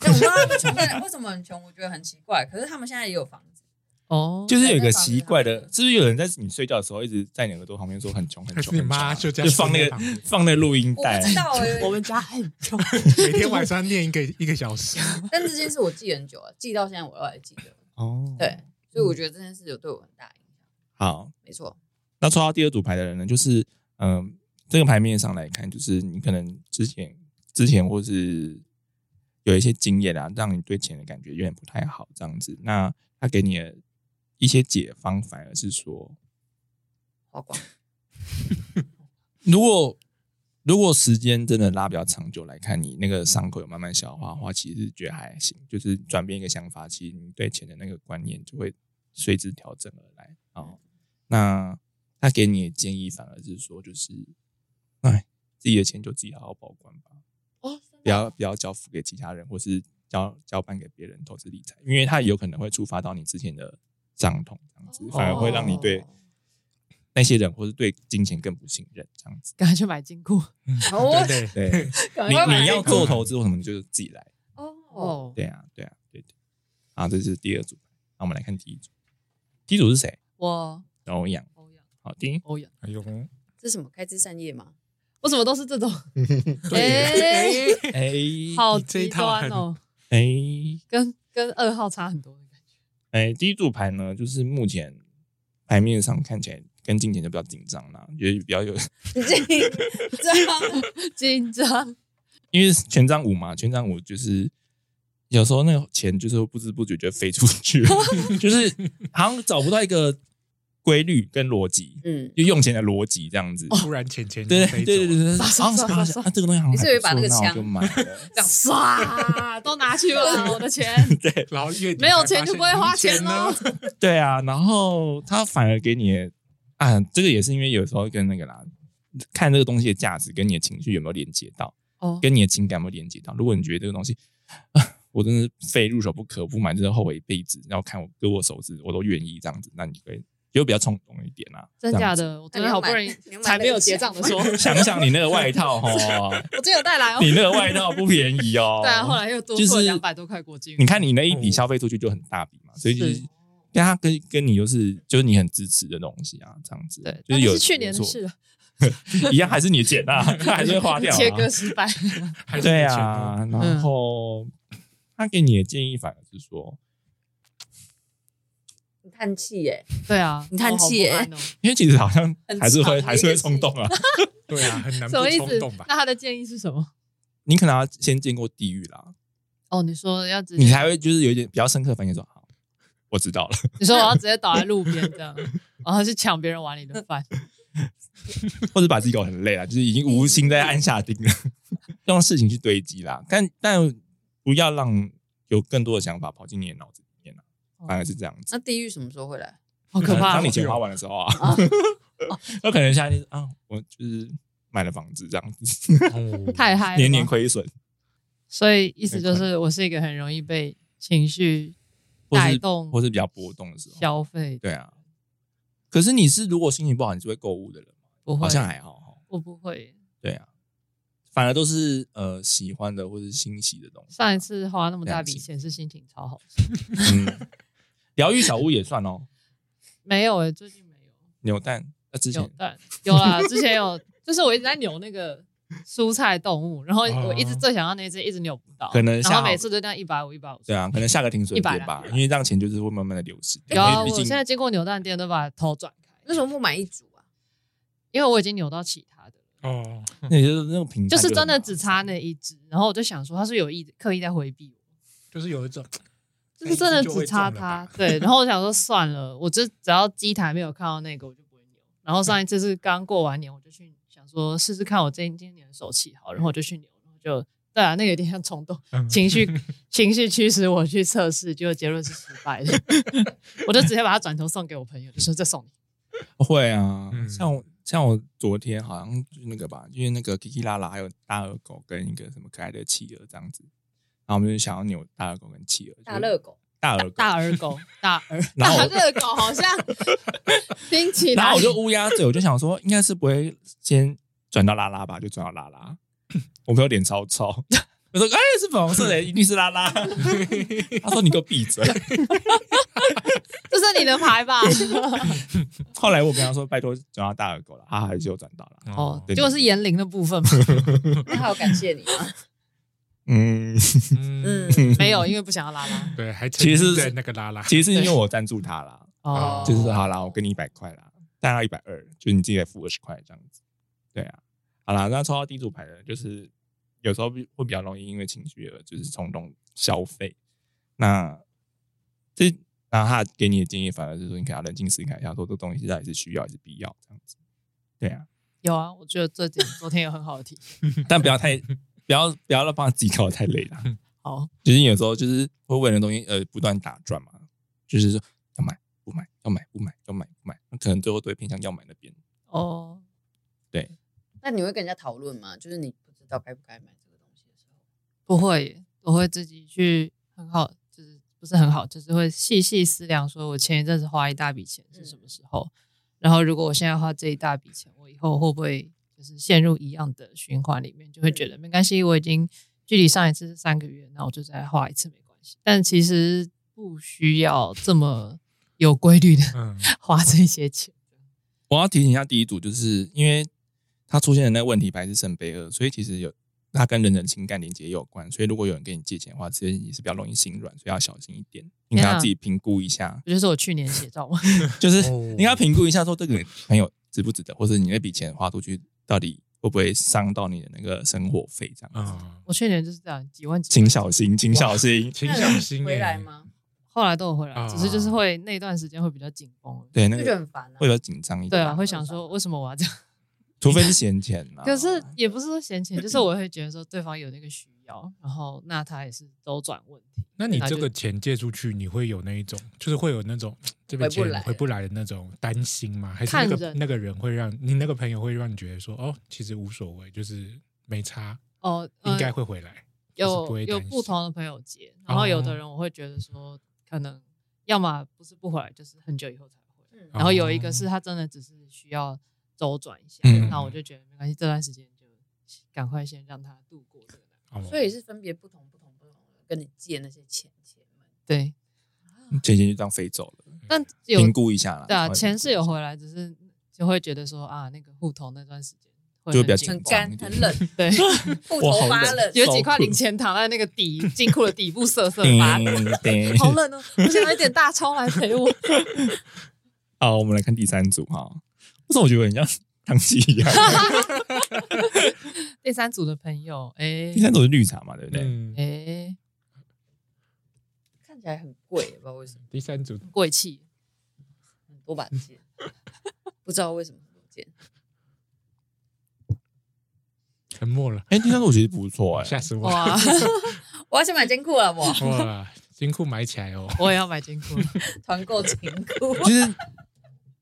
A: 但我不知道他们穷在哪， 为什么很穷？我觉得很奇怪。可是他们现在也有房子，
D: 哦，
B: 就是有一
A: 在
B: 个
A: 房
B: 奇
A: 间啊
B: 怪
A: 旁
B: 的，
A: 边
B: 是不是有人在你睡觉的时候一直在你耳朵旁边说很穷很
C: 还是
B: 穷？
C: 你
B: 很穷
C: 妈
B: 啊
C: 就这样
B: 就放那
C: 说
B: 个
C: 在旁边
B: 放那录音
A: 我
B: 带
A: 不知，道哎、
D: 我们家很穷。
C: 每天晚上念一个一个小 时，
A: 但这件事我记很久了，记到现在我都还记得。
B: 哦，
A: 对，，所以我觉得这件事有对我很大影响。
B: 好，
A: 没错，
B: 那抽到第二组牌的人呢，就是嗯、这个牌面上来看，就是你可能之前之前或是有一些经验啊，让你对钱的感觉有点不太好这样子。那他给你的一些解方，反而是说，
A: 花 光。
B: 如果如果时间真的拉比较长久来看，你那个伤口有慢慢消化的话，其实觉得还行。就是转变一个想法，其实你对钱的那个观念就会随之调整而来。哦，那他给你的建议反而是说，就是，哎，自己的钱就自己好好保管吧，
A: 哦，
B: 不要不要交付给其他人，或是交交办给别人投资理财，因为它有可能会触发到你之前的伤痛，这样子 反而会让你对
A: 哦
B: 那些人或是对金钱更不信任，这样子。
D: 赶快去买金库。
A: 哦
C: 对对，
B: 对。
D: 赶
B: 你
D: 快买
B: 你要做投资或什么，你就是自己来。
A: 哦，
D: 哦，
B: 对啊，对啊，对对。啊，这是第二组。那我们来看第一组。第一组是谁？
D: 我
B: 欧阳。
D: 欧阳，
B: 好听。
D: 欧阳，
C: 哎呦，
A: 这是什么开枝散叶吗？
D: 我怎么都是 这种？
A: 哎
C: 对，
B: 哎
D: 好
C: 你这一
D: 极
C: 套
D: 端
C: 很
D: 哦，
B: 哎
D: 跟跟二号差很多的感觉。
B: 哎，第一组牌呢，就是目前牌面上看起来跟金钱就比较紧张啦，也比较有，
A: 你 这这样
D: 紧张，
B: 因为权杖五嘛，权杖五就是有时候那个钱就是会不知不觉就飞出 去了，就是好像找不到一个规律跟逻辑，
A: 嗯，
B: 就用钱的逻辑这样
D: 哦
B: 子。
C: 突然钱钱
B: 对
C: 就飞
B: 对对
C: 走
B: 对对，
C: 了
D: 刷刷
B: 啊
D: 刷
B: 啊
D: 刷
B: 啊这个东西好像
A: 你是不是
B: 还不
A: 把那
B: 错
A: 个
B: 那
A: 枪
B: 我就买 了。
A: 这样
D: 唰， 都拿去 吧，我的钱。
B: 对
C: 然后月底
D: 没有
C: 才发
D: 钱就
C: 现
D: 不会
C: 嗯
D: 花
C: 钱
D: 钱哦咯
C: 呢，
B: 对啊，然后他反而给你的啊，这个也是因为有时候跟那个啦，看这个东西的价值跟你的情绪有没有连接到，
D: 哦，
B: 跟你的情感有没有连接到。如果你觉得这个东西，啊我真的是非入手不可，不买真的后悔一辈子，然后看我割我手指我都愿意这样子，那你会就比较冲动一点啊。
D: 真
B: 这
D: 假
B: 样子？
D: 的，我真的好不容易才没有结账的时候，
B: 想想你那个外套哦，
D: 我真有带来哦。
B: 你那个外套不便宜哦。
D: 对啊，后来又多
B: 就
D: 付了
B: 是
D: 两百多块国金。
B: 你看你那一笔消费出去就很大笔嘛，所以就是
D: 是
B: 对他跟跟你就是就是你很支持的东西啊，这样子。
D: 对，
B: 就
D: 那
B: 是有
D: 是去年
B: 有
D: 的
B: 做
D: 事了，
B: 一样还是你捡啊， 他 还是会花掉、啊。
D: 切割嗯失 败。
C: 还是
B: 对
C: 有钱的，
B: 啊，然后、 他给你的建议反而是说，
A: 你叹气欸耶，
D: 对啊，
A: 你叹气耶
D: 我 好不安哦
B: 因为其实好像
A: 很
B: 还是会
A: 长的一个
B: 还是会冲动啊。
C: 对啊， 很难
D: 什
C: 不
D: 么意
C: 冲
D: 思
C: 动吧？？
D: 那他的建议是什么？
B: 你可能要先见过地狱啦，
D: 哦，你说要直接，
B: 你才会就是有一点比较深刻的反应说，好，我知道了。
D: 你说我要直接倒在 路边这样，然后去抢别人碗里的饭，
B: 或者把自己搞很累啊了，就是已经无心在按下钉 了，用事情去堆积啦。但但不要让有更多的想法跑进你的脑子里面啦， 反而是这样子。
A: 那地狱什么时候会来？
D: 好哦可怕
B: 当
D: 哦
B: 你！钱花完的时候啊， 有可能下一次啊，我就是买了房子这样子，
C: 哦
D: 太嗨了吧，
B: 年年亏损，
D: 所以意思就是，我是一个很容易被情绪
B: 或
D: 带
B: 是
D: 动、
B: 或是比较波动的时候，
D: 消费。
B: 对啊。可是你是如果心情不好，你是会购物的人吗？
D: 不会
B: 好，像还好哈。
D: 我不会。
B: 对啊，反而都是呃喜欢的或是欣喜的东西。
D: 上一次花那么大笔
B: 了解
D: 钱是心情超好，
B: 嗯， 疗愈小屋也算哦，
D: 没有诶，欸最近没有
B: 扭蛋。那之前
D: 有但有啦，之前有，就是我一直在扭那个蔬菜动物，然后
C: 哦
D: 我一直最想要那只，一直扭不到，
B: 可能
D: 然后
B: 下
D: 每次都这样一百五一百五。
B: 对啊，可能下个停损点吧
D: 100啦，
B: 因为这样钱就是会慢慢的流失掉。
D: 有啊，
B: 因
D: 我
B: 为毕
D: 现
B: 竟
D: 在经过扭蛋店都把头转开
A: 为，什么不买一组啊？
D: 因为我已经扭到其他的了，
C: 哦，
B: 那也就是那种平，
D: 就是真的只差。那一只，然后我就想说他是有意刻意在回避我。
C: 就是有一种，
D: 就是真的只差
C: 哎
D: 它，对。然后我想说算了，我就只要机台没有看到那个，我就不会扭。然后上一次是刚过完年，我就去想说试试看我今今年的手气好，然后我就去扭，然后就对啊，那个有点像冲动，
C: 嗯
D: 情绪情绪驱使我去测试，结果结论是失败的， 我就直接把它转头送给我朋友，就说这送你。
B: 会啊，
C: 嗯
B: 像我像我昨天好像就是那个吧，因为那个 Kiki 拉拉还有大耳狗跟一个什么可爱的企鹅这样子，然后我们就想要扭大耳狗跟企鹅，
A: 大热狗，
B: 大耳狗，
D: 大耳狗，大耳，
B: 然后我
A: 热狗好像听起
B: 然后我就乌鸦嘴，我就想说应该是不会先转到拉拉吧，就转到拉 拉。我朋友脸超臭，我说哎是粉红色的，一定是拉 拉。他说你给我闭嘴。
D: 这是你的 牌吧？
B: 后来我跟他说：“拜托，转到大耳狗了。”他还是有转到了。
D: 哦，
B: 对
D: 结果是言灵的部分嘛，
A: 那还有感谢你啊 吗？
B: 嗯，
C: 嗯
A: 嗯，
D: 没有，因为不想要拉拉。
C: 对，还
B: 其实是
C: 在那个拉拉，
B: 其实是因为我赞助他啦，
D: 哦，
B: 就是说好啦，我给你一百块啦，大概一百二，就是你自己来付二十块这样子。对啊，好啦，那抽到地主牌的，就是有时候比会比较容易因为情绪而就是冲动消费。那这然后他给你的建议反而是说，你可能要冷静思考一下，说这东西到底是需要还是必要这样子。对啊，
D: 有啊，我觉得这点昨天有很好的体现。
B: 但不要太不要不要让把自己搞得太累了。
D: 好，
B: 就是有时候就是会为了东西呃不断打转嘛，就是说要买不买，要买不买，要买不买，那可能最后都会偏向要买那边。
D: 哦，
A: 那你会跟人家讨论吗？就是你不知道该不该买这个东西的时候，
D: 不会耶，我会自己去很好，就是不是很好，就是会细细思量，说我前一阵子花一大笔钱是什么时候，然后如果我现在花这一大笔钱，我以后会不会就是陷入一样的循环里面，就会觉得没关系，我已经距离上一次是三个月，那我就再花一次没关系。但其实不需要这么有规律的
C: 嗯，
D: 花这些钱。
B: 我要提醒一下第一组，就是因为它出现的那个问题牌是圣杯二，所以其实有它跟人的情感连接也有关，所以如果有人跟你借钱的话，其实也是比较容易心软，所以要小心一点。你
D: 啊
B: 可能要自己评估一下，
D: 不就是我去年写照吗？
B: 就是
C: 哦
B: 你要评估一下说这个朋友值不值得，或者你那笔钱花出去到底会不会伤到你的那个生活费这样子。
C: 啊，
D: 我去年就是这样，几万几
B: 请
D: 万。
B: 小心，请小心，
C: 挺
A: 那
C: 小
A: 有
C: 心
A: 回来
C: 欸？
A: 吗？
D: 后来都有回来，
C: 啊
D: 只是就是会那段时间会比较紧绷而已。
B: 对，那
A: 就
B: 个
A: 觉得很烦啊
B: 会。比较紧张一
D: 对
B: 点。
D: 啊，会想说为什么我要这样？哦
B: 除非是闲钱嘛。
D: 可是也不是说嫌钱，就是 我会觉得说对方有那个需要，然后那他也是周转问题。
C: 那你这个钱借出去，你会有那一种，就是会有那种这
A: 回
C: 边
A: 不
C: 钱
A: 来
C: 回不来的那种担心吗？还是那
D: 看
C: 个
D: 人
C: 那个人会让你那个朋友会让你觉得说，哦，其实无所谓，就是没差，
D: 哦，
C: 应
D: 呃
C: 该会回来。就是不
D: 有
C: 会
D: 有
C: 担
D: 不
C: 心
D: 同的朋友接，然后有的人我会觉得说可能要么不是不回来，就是很久以后才回来。
A: 嗯
C: 哦
D: 然后有一个是他真的只是需要周转一下，
B: 嗯
D: 那我就觉得没关系，这段时间就赶快先让他度过这个难关。
C: 哦
A: 所以是分别不同不同不同的跟你借那些钱钱们。
D: 对，
B: 姐姐就这样飞走了，
D: 但有
B: 评估一下啦。
D: 对啊，
B: 稍微
D: 钱是
B: 评
D: 有
B: 估一
D: 回来，只是就会觉得说啊，那个户头那段时间会
B: 就比较
D: 紧
B: 紧
A: 很
D: 绷，
A: 干很冷，
D: 对，
A: 不
B: 哇
A: 头
B: 好
A: 发
B: 冷
A: 冷，
D: 有几块零钱躺在那个底金库的底部瑟瑟
C: 嗯
D: 发抖，
B: 下 对
D: 好冷哦！我想要一点大钞来陪我。
B: 好，我们来看第三组哈。为什么我觉得很像唐吉一样？
D: 第三组的朋友，哎
B: 第三组是绿茶嘛，对不对？
C: 嗯，
D: 哎，
A: 看起来很贵，不知道为什么
C: 第三组
D: 贵气，
A: 很多把剑，不知道为什么很多剑。
C: 沉默了，
B: 哎，第三组其实不错哎，
C: 吓死我了！
D: 哇！
A: 我要去买金裤了，我
C: 哇，金库买起来哦！
D: 我也要买金库，
A: 团购金裤。
B: 就是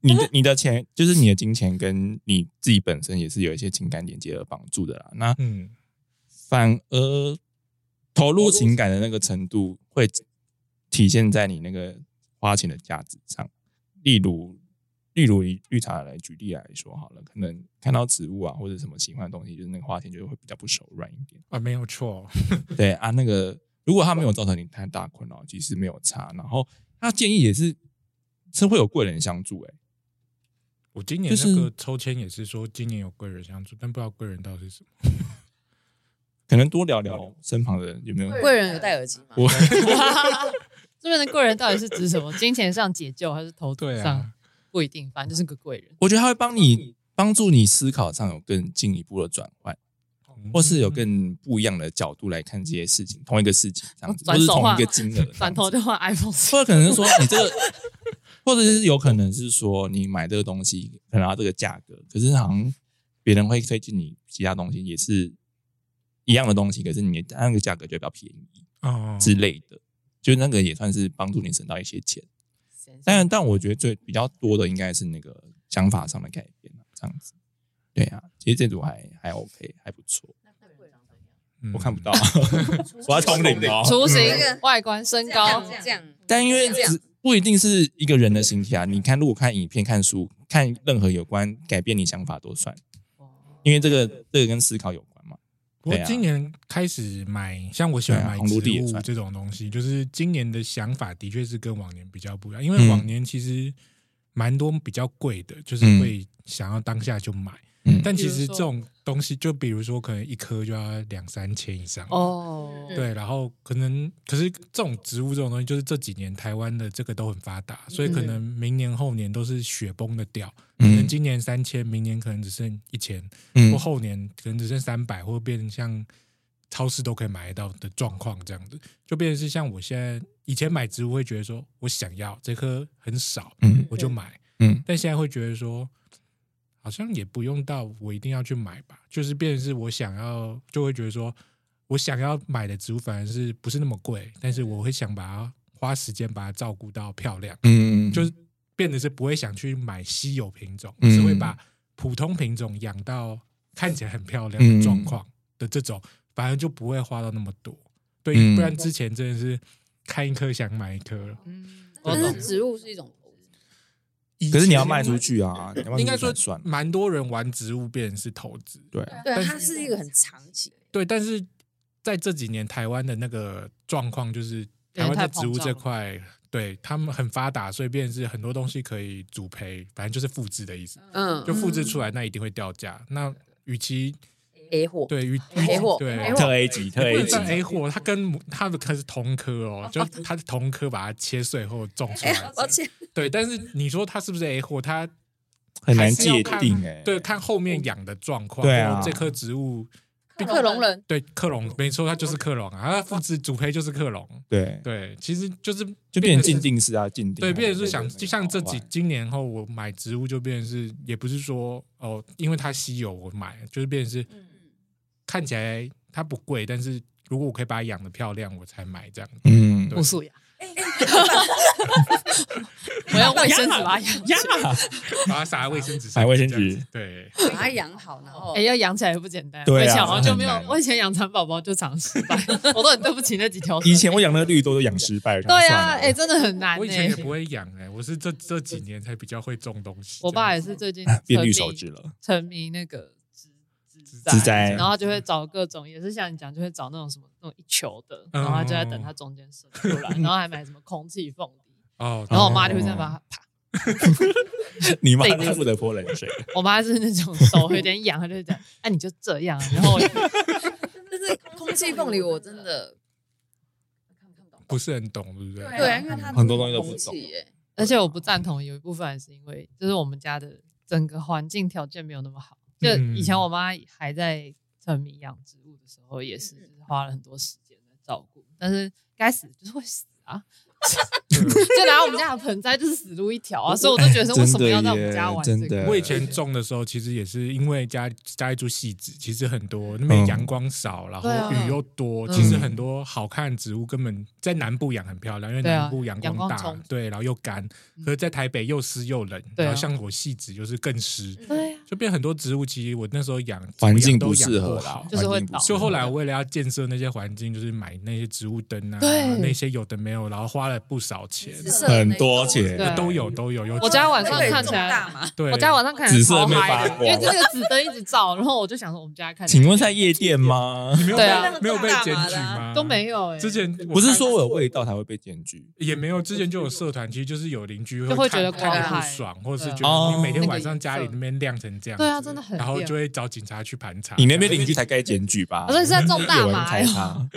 B: 你的你的钱，就是你的金钱跟你自己本身也是有一些情感连接而绑住的啦。那
C: 嗯，
B: 反而投入情感的那个程度，会体现在你那个花钱的价值上。例如，例如以绿茶来举例来说好了，可能看到植物啊或者什么喜欢的东西，就是那个花钱就会比较不手软一点。
C: 啊，没有错，
B: 对啊，那个如果他没有造成你太大困扰，其实没有差。然后他建议也是是会有贵人相助、欸，
C: 我今年
B: 就是
C: 那个抽签也是说今年有贵人相助，但不知道贵人到底是什么。
B: 可能多聊聊身旁的人有没有
A: 贵人有戴耳机吗？
B: 我
D: 这边的贵人到底是指什么？金钱上解救还是头
C: 对
D: 顶上
C: 啊？，
D: 不一定，反正就是个贵人。
B: 我觉得他会帮你帮助你思考上有更进一步的转换，或是有
D: 嗯
B: 更不一样的角度来看这些事情，同一个事情这样子，
D: 哦转
B: 或是
D: 手
B: 同
D: 话
B: 一个金额这样子，
D: 转头就换 iPhone
B: 或者可能是说你这个， 或者是有可能是说你买这个东西可能要这个价格，可是好像别人会推荐你其他东西也是一样的东西，可是你那个价格就比较便宜
C: 哦，
B: 之类的，就那个也算是帮助你省到一些钱。当然，
D: 但
B: 但我觉得最比较多的应该是那个想法上的改变啊这样子。对啊，其实这组还还 OK，还不错。
C: 嗯
B: 我看不到， 我要通灵的哦。
D: 雏形
A: 嗯、
D: 外观、身
A: 这
D: 高
A: 样，这样，
B: 但因为
A: 这样
B: 只不一定是一个人的形体啊，你看，如果看影片、看书、看任何有关改变你想法都算，
D: 哦
B: 因为这个这个跟思考有关嘛。
C: 我
B: 对啊
C: 今年开始买，像我喜欢
B: 对啊
C: 买
B: 红
C: 植
B: 炉地也
C: 物
B: 算
C: 这种东西，就是今年的想法的确是跟往年比较不一样，因为
B: 嗯
C: 往年其实蛮多比较贵的，就是
B: 嗯
C: 会想要当下就买，
B: 嗯
C: 但
D: 比
C: 其
D: 如
C: 实
D: 说
C: 这种东西，就比如说可能一颗就要两三千以上，
D: 哦，
A: 嗯
C: 对，然后可能可是这种植物这种东西，就是这几年台湾的这个都很发达，所以可能明年后年都是雪崩的掉，可能
B: 嗯
C: 今年三千，明年可能只剩一千，
B: 嗯
C: 或后年可能只剩三百，或变成像超市都可以买得到的状况这样子，就变成是像我现在以前买植物会觉得说我想要这颗很少，
B: 嗯
C: 我就买，
B: 嗯
C: 但现在会觉得说，好像也不用到我一定要去买吧，就是变成是我想要，就会觉得说我想要买的植物反而是不是那么贵，但是我会想把它花时间把它照顾到漂亮，
B: 嗯，
C: 就是变得是不会想去买稀有品种，
B: 嗯
C: 是会把普通品种养到看起来很漂亮
B: 嗯
C: 的状况的这种，反而就不会花到那么多。对，
B: 嗯
C: 不然之前真的是看一颗想买一颗了。
D: 嗯，我
A: 但
D: 懂
A: 是。植物是一种投资，
B: 可是你要卖出去啊，你要卖出去
C: 应该说
B: 才算了。
C: 蛮多人玩植物变成是投资，
B: 对啊，
A: 对啊，
C: 但是
A: 它是一个很长期的。
C: 对，但是在这几年台湾的那个状况就是，
D: 对
C: 台湾
D: 太
C: 在
D: 膨
C: 植物
D: 胀
C: 这
D: 了
C: 块，对他们很发达，所以变成是很多东西可以主培，反正就是复制的意思，
A: 嗯，
C: 就复制出来那一定会掉价。那与其
A: 嗯 A 货，
C: 对与
A: ，A 货
C: 对。
A: ，A 货
B: 特 A 级，特
C: 不
B: A
C: 能
B: 级
C: 算 A 货，它跟它的可是同科哦，就它是同科把它切碎后种出
A: 哎
C: 来
A: 呀，抱
C: 的。
A: 歉，
C: 对，但是你说它是不是 A 货，它
B: 很
C: 还
B: 难
C: 是要
B: 界
C: 看
B: 定哎。
C: 对，看后面养的状况，
B: 对啊
C: 或这棵植物
A: 克隆人，
C: 对克隆，没错，它就是克隆啊，它复制主胚就是克隆。
B: 对，
C: 对，其实就是
B: 就变成
C: 是
B: 鉴，定式啊，鉴定啊。
C: 对，变成是
B: 对
C: 想，
B: 对对
C: 就像这几
B: 好吧
C: 今年后我买植物就变成是，也不是说哦，因为它稀有我买，就是变成是
A: 嗯，
C: 看起来它不贵，但是如果我可以把它养的漂亮，我才买这样。
B: 嗯，
C: 对
D: 我素雅。 我要卫生纸把它养起来，
C: 把它撒在卫生纸上，
B: 买卫生
C: 这样子
B: 纸，
C: 对，
A: 把它养好，然后
D: 哎，要养起来也不简单。
B: 对啊
D: 我以前好像就没
B: 很
D: 有，
B: 难
D: 我以前养蚕宝宝就常失败， 我都很对不起那几条。
B: 以前我养那个绿豆都养失败，
D: 对啊，
B: 哎
D: 哎，，真的很难
C: 我以前也
D: 哎。
C: 不会养哎、我是这这几年才比较会种东西。
D: 我
C: 这
D: 爸也
C: 样子
D: 是最近
B: 变
D: 沉
B: 绿
D: 迷
B: 手指了，
D: 沉迷那个植植
B: 植栽
D: 然后就会找各种，也是像你讲，就会找那种什么那种一球的，
C: 嗯
D: 然后他就在等它中间生出来，然后还买什么空气凤 梨，
C: 哦，
D: 然后我妈
C: 对
D: 就会这样把它啪。
B: 你妈
D: 被
B: 都负责泼冷水，
D: 我妈是那种手有点痒，她就会讲，哎、你就这样啊，然后我就
A: 但是空气凤梨我真啊的看不懂。
C: 不是很懂，对不对？
A: 对啊，因为它
B: 很多东西都不
A: 空
B: 懂
A: 气耶，
D: 而且我不赞同，有一部分还是因为就是我们家的整个环境条件没有那么好。就
C: 嗯
D: 以前我妈还在沉迷养植物的时候，也是就是花了很多时间在照顾，但是该死就是会死啊。 就拿我们家的盆栽就是死路一条啊，所以我就觉得说为什么要在我们家玩这
B: 真的耶真
D: 个？
B: 的
C: 我以前种的时候，其实也是因为家家一株细子，其实很多那边阳光少，然
D: 对啊
C: 后雨又多，
D: 嗯
C: 其实很多好看的植物根本在南部养很漂亮，因为
D: 对啊
C: 南部阳光
D: 阳光
C: 大
D: 充，足
C: 对，然后又干。可是在台北又湿又冷，
D: 对啊嗯
C: 然后像我细子就是更湿，
D: 对呀、啊
C: 就变很多植物。其实我那时候养
B: 环境不
C: 怎
B: 适
C: 么养都养
B: 合
C: 不
B: 啦哦
C: 好，
D: 就是会
B: 环境不适合
C: 所以后来我为了要建设那些环境，就是买那些植物灯啊，
D: 对
C: 那些有的没有，然后花了不少钱，
A: 紫色
B: 很多钱
D: 对
C: 都有都
A: 嗯
C: 有有。
D: 我家晚
A: 那
D: 上
A: 可以
D: 看起来
A: 种大嘛，
C: 对，
D: 我家晚上看起来
B: 紫色
D: 超
B: 没
D: 嗨
B: 发
D: 的，
B: 光
D: 因为这个紫灯一直照，然后我就想说我们家看起来
B: 请问在夜店吗？
C: 你没有
D: 对啊
C: 被没有被检举吗？
D: 都没有哎、
C: 之前我
B: 不是
C: 看
B: 说我有味道才会被检举，
C: 也没有，之前就有社团，其实就是有邻居
D: 就会
C: 看
D: 觉得
C: 看
A: 光
C: 不
D: 害
C: 爽，或者是
D: 对
C: 觉
D: 啊
C: 得你每
D: 哦
C: 天
D: 那
C: 晚
D: 个
C: 上家里
D: 颜色
C: 那边亮成这样子，
D: 对啊真的很
C: 然后
D: 亮
C: 就会找警察去盘查。
B: 你那边邻居才该检举吧？
D: 我说你是在种大
B: 有人
D: 麻
B: 开他，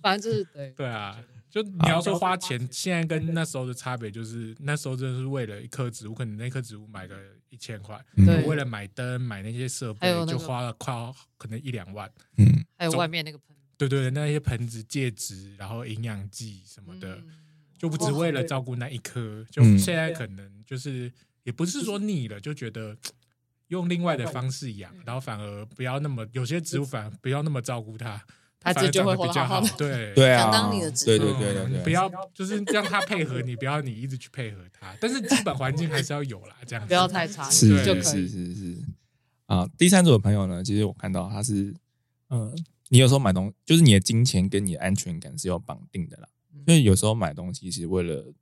D: 反正就是对，哦
C: 对啊，就你要说花钱，现在跟那时候的差别就是，那时候真的是为了一棵植物，可能那棵植物买个一千块，
D: 对
C: 为了买灯、买那些设
D: 还
C: 备
D: 有，那
C: 就
D: 个
C: 花了快要可能一两万。
B: 嗯，
D: 还有外面那个盆
C: 对对对，那些盆子、戒指，然后营养剂什么的，
D: 嗯
C: 就不只为了照顾那一颗，就
B: 嗯
C: 现在可能就是也不是说腻了，就觉得嘖用另外的方式养，然后反而不要那么有些植物反而不要那么照顾它，它
D: 它
C: 反而
D: 自己
C: 长
D: 就会
C: 得比较
D: 活得好好的
C: 对
B: 对啊，
A: 想当你的侄子
B: 对对对对对，
C: 嗯不要就是让它配合你，不要你一直去配合它，但是基本环境还是要有啦，这样子
D: 不要太差，
B: 是
D: 就可
B: 是
D: 以。
B: 是是啊、第三组的朋友呢，其实我看到他是，嗯、你有时候买东，就是你的金钱跟你的安全感是有绑定的啦。
D: 嗯
B: 所以有时候买东西是为了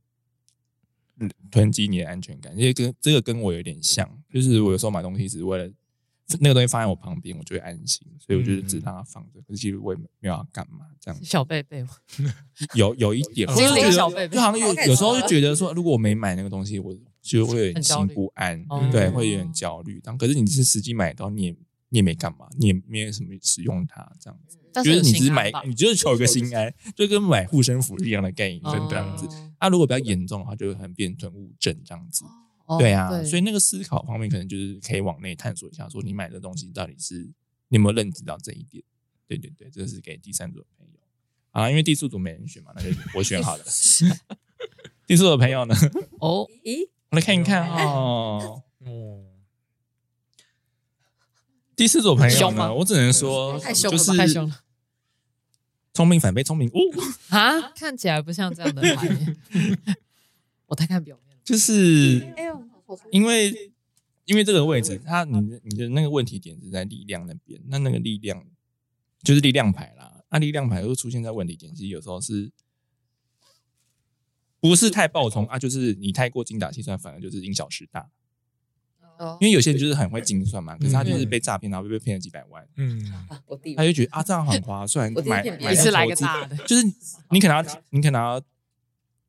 B: 嗯囤积你的安全感，因为跟这个跟我有点像，就是我有时候买东西只是为了那个东西放在我旁边，我就会安心，所以我就是
D: 嗯
B: 只让它放着，可是其实我也没有要干嘛这样
D: 是。小贝贝吗，
B: 有有一点，
C: 嗯
B: 我就觉
D: 精灵
B: 得
D: 小贝贝
B: 就好像有有时候就觉得说，如果我没买那个东西，我就会有点
D: 很焦
B: 心
D: 虑
B: 不安
D: 哦，
B: 对，会有点焦虑。但可是你是实际买到，你也你也没干嘛，你也没有什么使用它，这样子，
D: 但
B: 就是是
D: 有
B: 你只是
D: 心安
B: 买
D: 吧，
B: 你就是求一个心安，就跟买护身符是一样的概念，
D: 哦
B: 这样子。那如果比较严重的话，就会很变成物证这样子。
D: 哦
B: 对啊， 所以那个思考方面，可能就是可以往内探索一下，说你买的东西到底是你有没有认知到这一点？对对对，这是给第三组的朋友啊，因为第四组没人选嘛，那就我选 好了。第四组的朋友呢，
D: 哦，
A: 咦，
B: 我来看一看
D: 哎
B: 哦。
C: 哦，
B: 第四组的朋
D: 很
B: 友
D: 凶吗
B: 呢，我只能说，
A: 太凶
B: 就
A: 了吧
B: 是
D: 太凶了
B: 聪明反被聪明哦误，
D: 啊， 看起来不像这样的牌， 我太看表面了。
B: 就是
A: 哎呦，我
B: 因为因为这个位置，它你的你的那个问题点是在力量那边，那那个力量就是力量牌啦。那力量牌又出现在问题点，其实有时候是不是太暴冲啊？就是你太过精打细算，反而就是因小失大。
A: 哦
B: 因为有些人就是很会精算嘛，可是他就是
C: 嗯
B: 被诈骗，然后被骗了几百万，
C: 嗯，
A: 啊我弟
B: 他就觉得啊这样很划算，
A: 我第一
B: 买
A: 遍
B: 买
D: 一次来
B: 投
D: 个
B: 资
D: 大的，
B: 就是你可能要，你可能要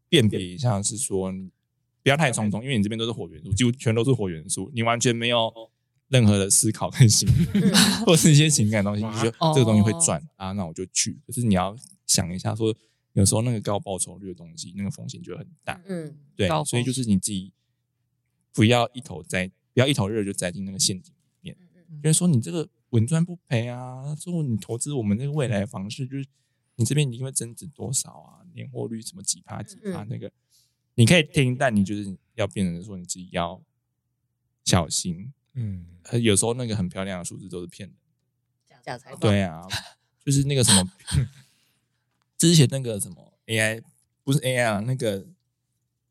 B: 辨别一下，是说你不要太冲动，因为你这边都是火元素，几乎全都是火元素，你完全没有任何的思考跟心理， 或是一些情感的东西，你就
D: 哇
B: 这个东西会赚啊，那我就去。可是你要想一下说，有时候那个高报酬率的东西，那个风险就会很大。
A: 嗯，
B: 对
D: 高，
B: 所以
D: 风
B: 就是你自己不要一头栽，不要一头热就栽进那个陷阱里面。
A: 嗯嗯
B: 就是说你这个稳赚不赔啊，说你投资我们那个未来的房市，就是你这边你会增值多少啊，年获率什么几趴几趴
A: 嗯
B: 那个，你可以听，但你就是要变成说你自己要小心，
C: 嗯，
B: 呃有时候那个很漂亮的数字都是骗人的。
A: 假财宝，
B: 对啊， 就是那个什么，之前那个什么 AI 不是 AI 啊，那个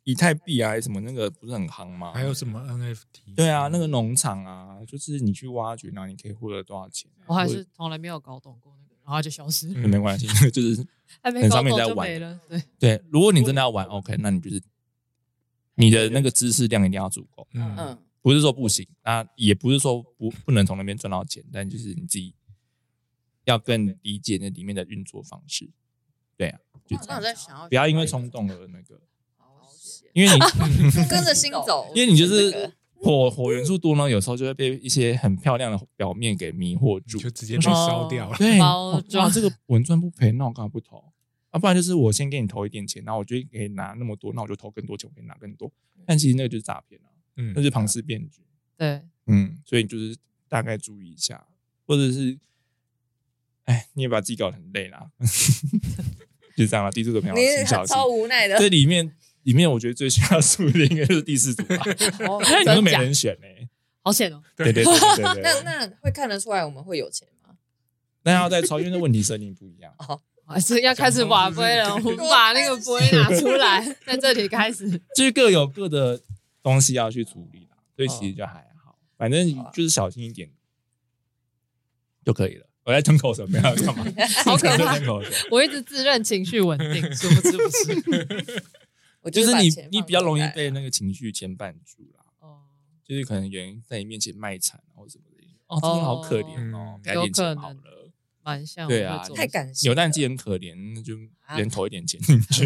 B: 以太币啊还是什么那个不是很夯吗？
C: 还有什么 NFT？
B: 对啊，那个农场啊，就是你去挖掘，然后你可以获得多少钱啊？
D: 我还是从来没有搞懂过那个，然后就消失，
C: 嗯
B: 或者没关系， 那个就是
D: 还没
B: 很
D: 搞
B: 上
D: 懂
B: 面在
D: 就
B: 玩
D: 没了。对，
B: 对。如果你真的要玩，OK，那你就是你的那个知识量一定要足够，
C: 嗯，
A: 嗯，
B: 不是说不行，那也不是说不不能从那边赚到钱，但就是你自己要更理解那里面的运作方式。对啊，就
A: 我
B: 这
A: 那
B: 样
A: 我。在想要
B: 不要因为冲动而那个，
A: 好险
B: 因为你
A: 嗯 跟着心走，
B: 因为你就
A: 这
B: 是
A: 个
B: 火火元素多呢，有时候就会被一些很漂亮的表面给迷惑
C: 你
B: 住。
C: 就直接被烧掉了。
B: 对，
D: 包
B: 哦哇，
D: 装
B: 这个稳赚不赔，那我干嘛不投？啊，不然就是我先给你投一点钱，然后我就可以拿那么多，那我就投更多钱，我可以拿更多。但其实那个就是诈骗啊，
C: 嗯
B: 那，是庞氏骗局。
D: 对，
B: 嗯，所以就是大概注意一下，或者是，哎，你也把自己搞得很累啦， 就这样啦。第四组朋友，
A: 你
B: 请小心
A: 超。无奈 的，
B: 这里面里面，我觉得最需要注意的应该是第四组吧，
A: 哦
B: 怎么都没
D: 假
B: 人选呢、
D: 好险哦！
B: 对对对对对
A: 那
B: 对，
A: 那会看得出来我们会有钱吗？
B: 那要再抄，因为那问题设定不一样。
D: 还是要开始瓦杯 了，我们把那个杯拿出来，在这里 开始。
B: 就是各有各的东西要去处理啦，所以其实就还好，反正
A: 好啊
B: 就是小心一点就可以了。我在吞口水，没有要干嘛，
D: 好可怕
B: 我在吞口水。
D: 我一直自认情绪稳定，殊不知不是。
A: 我
B: 就是
A: 把
B: 你
A: 钱
B: 你
A: 放
B: 比较容易
A: 口袋
B: 被那个情绪牵绊住啦，
D: 哦，
B: 就是可能有人在你面前卖惨啊或什么的，哦，真的好可怜哦
C: 嗯，
B: 给他点钱好了。
D: 蛮像
B: 对啊
D: 会做
A: 太感性
B: 扭
A: 了，
B: 蛋机很可怜，那就连投一点钱进去。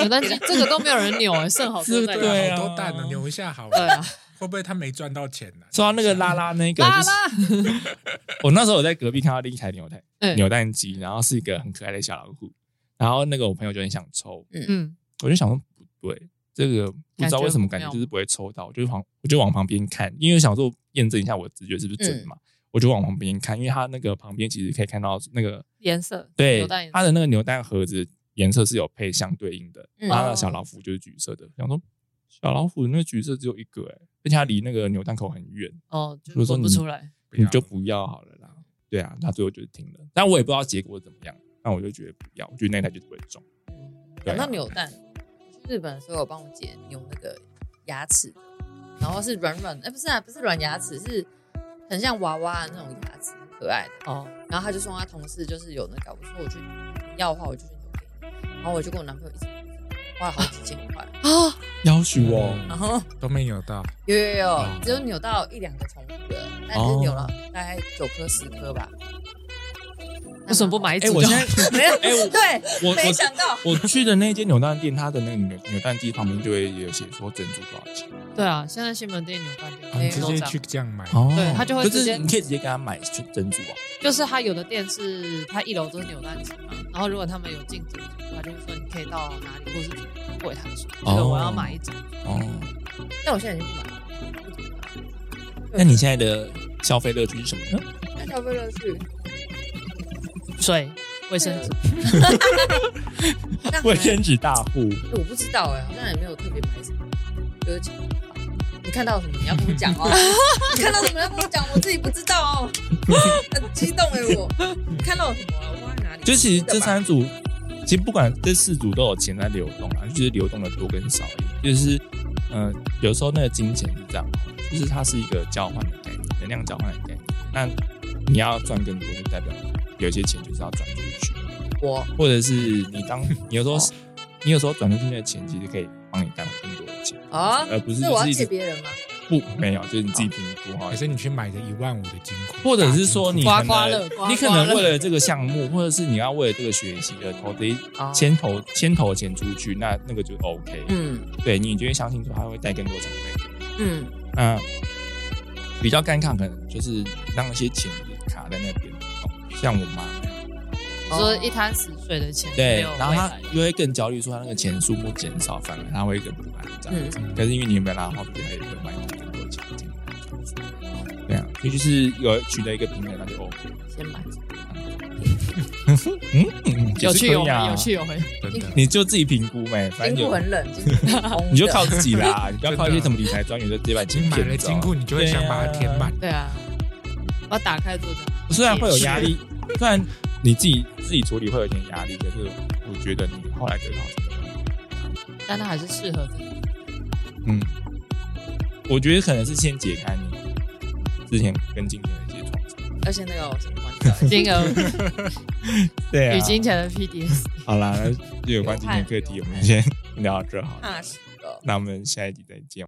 D: 扭蛋机， 这个都没有人扭，哎剩好多在扭。
B: 对啊
C: 好多蛋呢，扭一下好
D: 对
C: 了，
D: 啊，
C: 会不会他没赚到钱呢？
B: 说到那个拉拉那个，
D: 拉
B: 就是
D: 拉，
B: 我那时候我在隔壁看到另一台扭蛋
D: 嗯
B: 扭蛋机，然后是一个很可爱的小老虎，然后那个我朋友就很想抽，
D: 嗯，
B: 我就想说不对，这个不知道为什么
D: 感
B: 感觉
D: 觉不妙
B: 就是不会抽到，我就往我就往旁边看，因为想说验证一下我直觉是不是真的
D: 嗯
B: 嘛，我就往旁边看，因为它那个旁边其实可以看到那个
D: 颜色
B: 对
D: 扭蛋颜色
B: 它的那个扭蛋盒子颜色是有配相对应的，
A: 嗯
B: 然后那个小老虎就是橘色的，想说小老虎那个橘色只有一个哎、而且它离那个扭蛋口很远，
D: 哦，就
B: 如果说
D: 滚不
B: 你
D: 出来。
C: 不要
B: 你就不要好了啦。对啊，他最后就是停了，但我也不知道结果怎么样，那我就觉得不要，我觉得那台就是不会中。
A: 讲
B: 对啊
A: 到扭蛋，我去日本的时候有帮我姐扭那个牙齿的，然后是软软，哎、不是啊，不是软牙齿，是很像娃娃的那种牙齿，很可爱的。
D: 哦，
A: 然后她就送她同事，就是有那个，啊我说我去你要的话，我就去扭给你。然后我就跟我男朋友一起扭花了好几千块，
D: 啊，
B: 要许哦，
D: 嗯
A: 然后
C: 都没扭到，
A: 有有有，只有扭到一两个重复的，但
B: 哦
A: 是扭了大概九颗十颗 吧。
D: 为什么不买一
B: 哎，
D: 组
B: 我
D: 就
B: 现
D: 好？
B: 在
A: 没有，
B: 哎我
A: 对，
B: 我
A: 没
B: 我
A: 想到，
B: 我去的那间扭蛋店，它的那个扭扭蛋机旁边就会有写说珍珠多少钱
D: 对啊，现在新门店扭蛋
C: 啊你
D: 店
C: 直
D: 都这
C: 接
D: 样
C: 去，这样买，
B: 哦
D: 对它就会
B: 可
D: 直接
B: 是你可以直接给他买就珍珠啊，
D: 就是它有的店是它一楼都是扭蛋机嘛，然后如果他们有进组，他就会说你可以到哪里，或是什么柜台说，这个我要买一张。
B: 哦，
A: 但我现在已经不买了。不怎么买了
B: 那你现在的消费乐趣是什么呢？
A: 那消费乐趣，
D: 水、卫生 纸，
A: 那
B: 卫
A: 还
B: 生纸大户，
A: 欸我不知道哎、好像也没有特别买什么，就是钱吧。你看到什么你要跟我 讲哦，你看到什么要跟我讲，我自己不知道哦，很激动哎、我你看到什么啊？我放在哪里？
B: 就其实
A: 吃的吧
B: 这三组，其实不管这四组都有钱在流动啊，就是流动的多跟少而已。就是，呃，有时候那个金钱是这样，就是它是一个交换的概念，能量交换的概念。那你要赚更多，就代表有些钱就是要转出去，
A: 我
B: 或者是你当 你有时候是，你有时候转出去那个钱，其实可以帮你带来更多的钱，
A: 啊，
B: 而不是
A: 那我
B: 就
A: 要
B: 是一
A: 借
B: 直
A: 别人吗？
B: 不没有，就是你自己评估哈
C: 还。是你去买个一万五的金库，
B: 或者是说你可
D: 刮
B: 能
D: 刮乐刮
B: 你可
D: 刮
B: 能
D: 乐
B: 为了这个项目，或者是你要为了这个学习而投资一
A: 啊，
B: 先投先投钱出去，那那个就 OK，、
A: 嗯
B: 对你就会相信说他会带更多奖杯。
A: 嗯
B: 那比较尴尬可能就是让那些钱就是卡在那边不动，像我妈那样，
D: 你说一滩死水的钱
B: 对
D: 没有，未
B: 然后她
D: 来，
B: 又会更焦虑，说她那个钱数目减少，反而她会更不安这样子。
A: 嗯，
B: 可是因为你没有拿花费，她也会买你更多钱进来这样子。对啊，所以就是有取得一个平衡，那就 OK。
A: 先买。
B: 嗯，嗯
D: 有去有
B: 也是可以
D: 回，
B: 啊
D: 有去有回。
C: 真的，
B: 你就自己评估呗，反
A: 金
B: 正
A: 库
B: 有
A: 很冷， 金库很空的
B: 你就靠自己 啦，你不要靠一些什么理财专员就直接把
C: 你
B: 钱
C: 买
B: 骗
C: 了
B: 走
C: 金库，你就会想把它填满。
D: 对啊，把它打开做这样。
B: 虽然会有压力，虽然你自己自己处理会有一点压力，可是我觉得你后来得到这个，
D: 但他还是适合自己。
B: 嗯，我觉得可能是先解开你之前跟今天的一些创伤。
A: 而且那个我先关掉。
D: 金额
B: 对啊
C: 啊
D: 与金钱的 PDS，
B: 好啦， 那有关今天课题，我们先聊到这好了，
A: 怕死了。
B: 那我们下一集再见。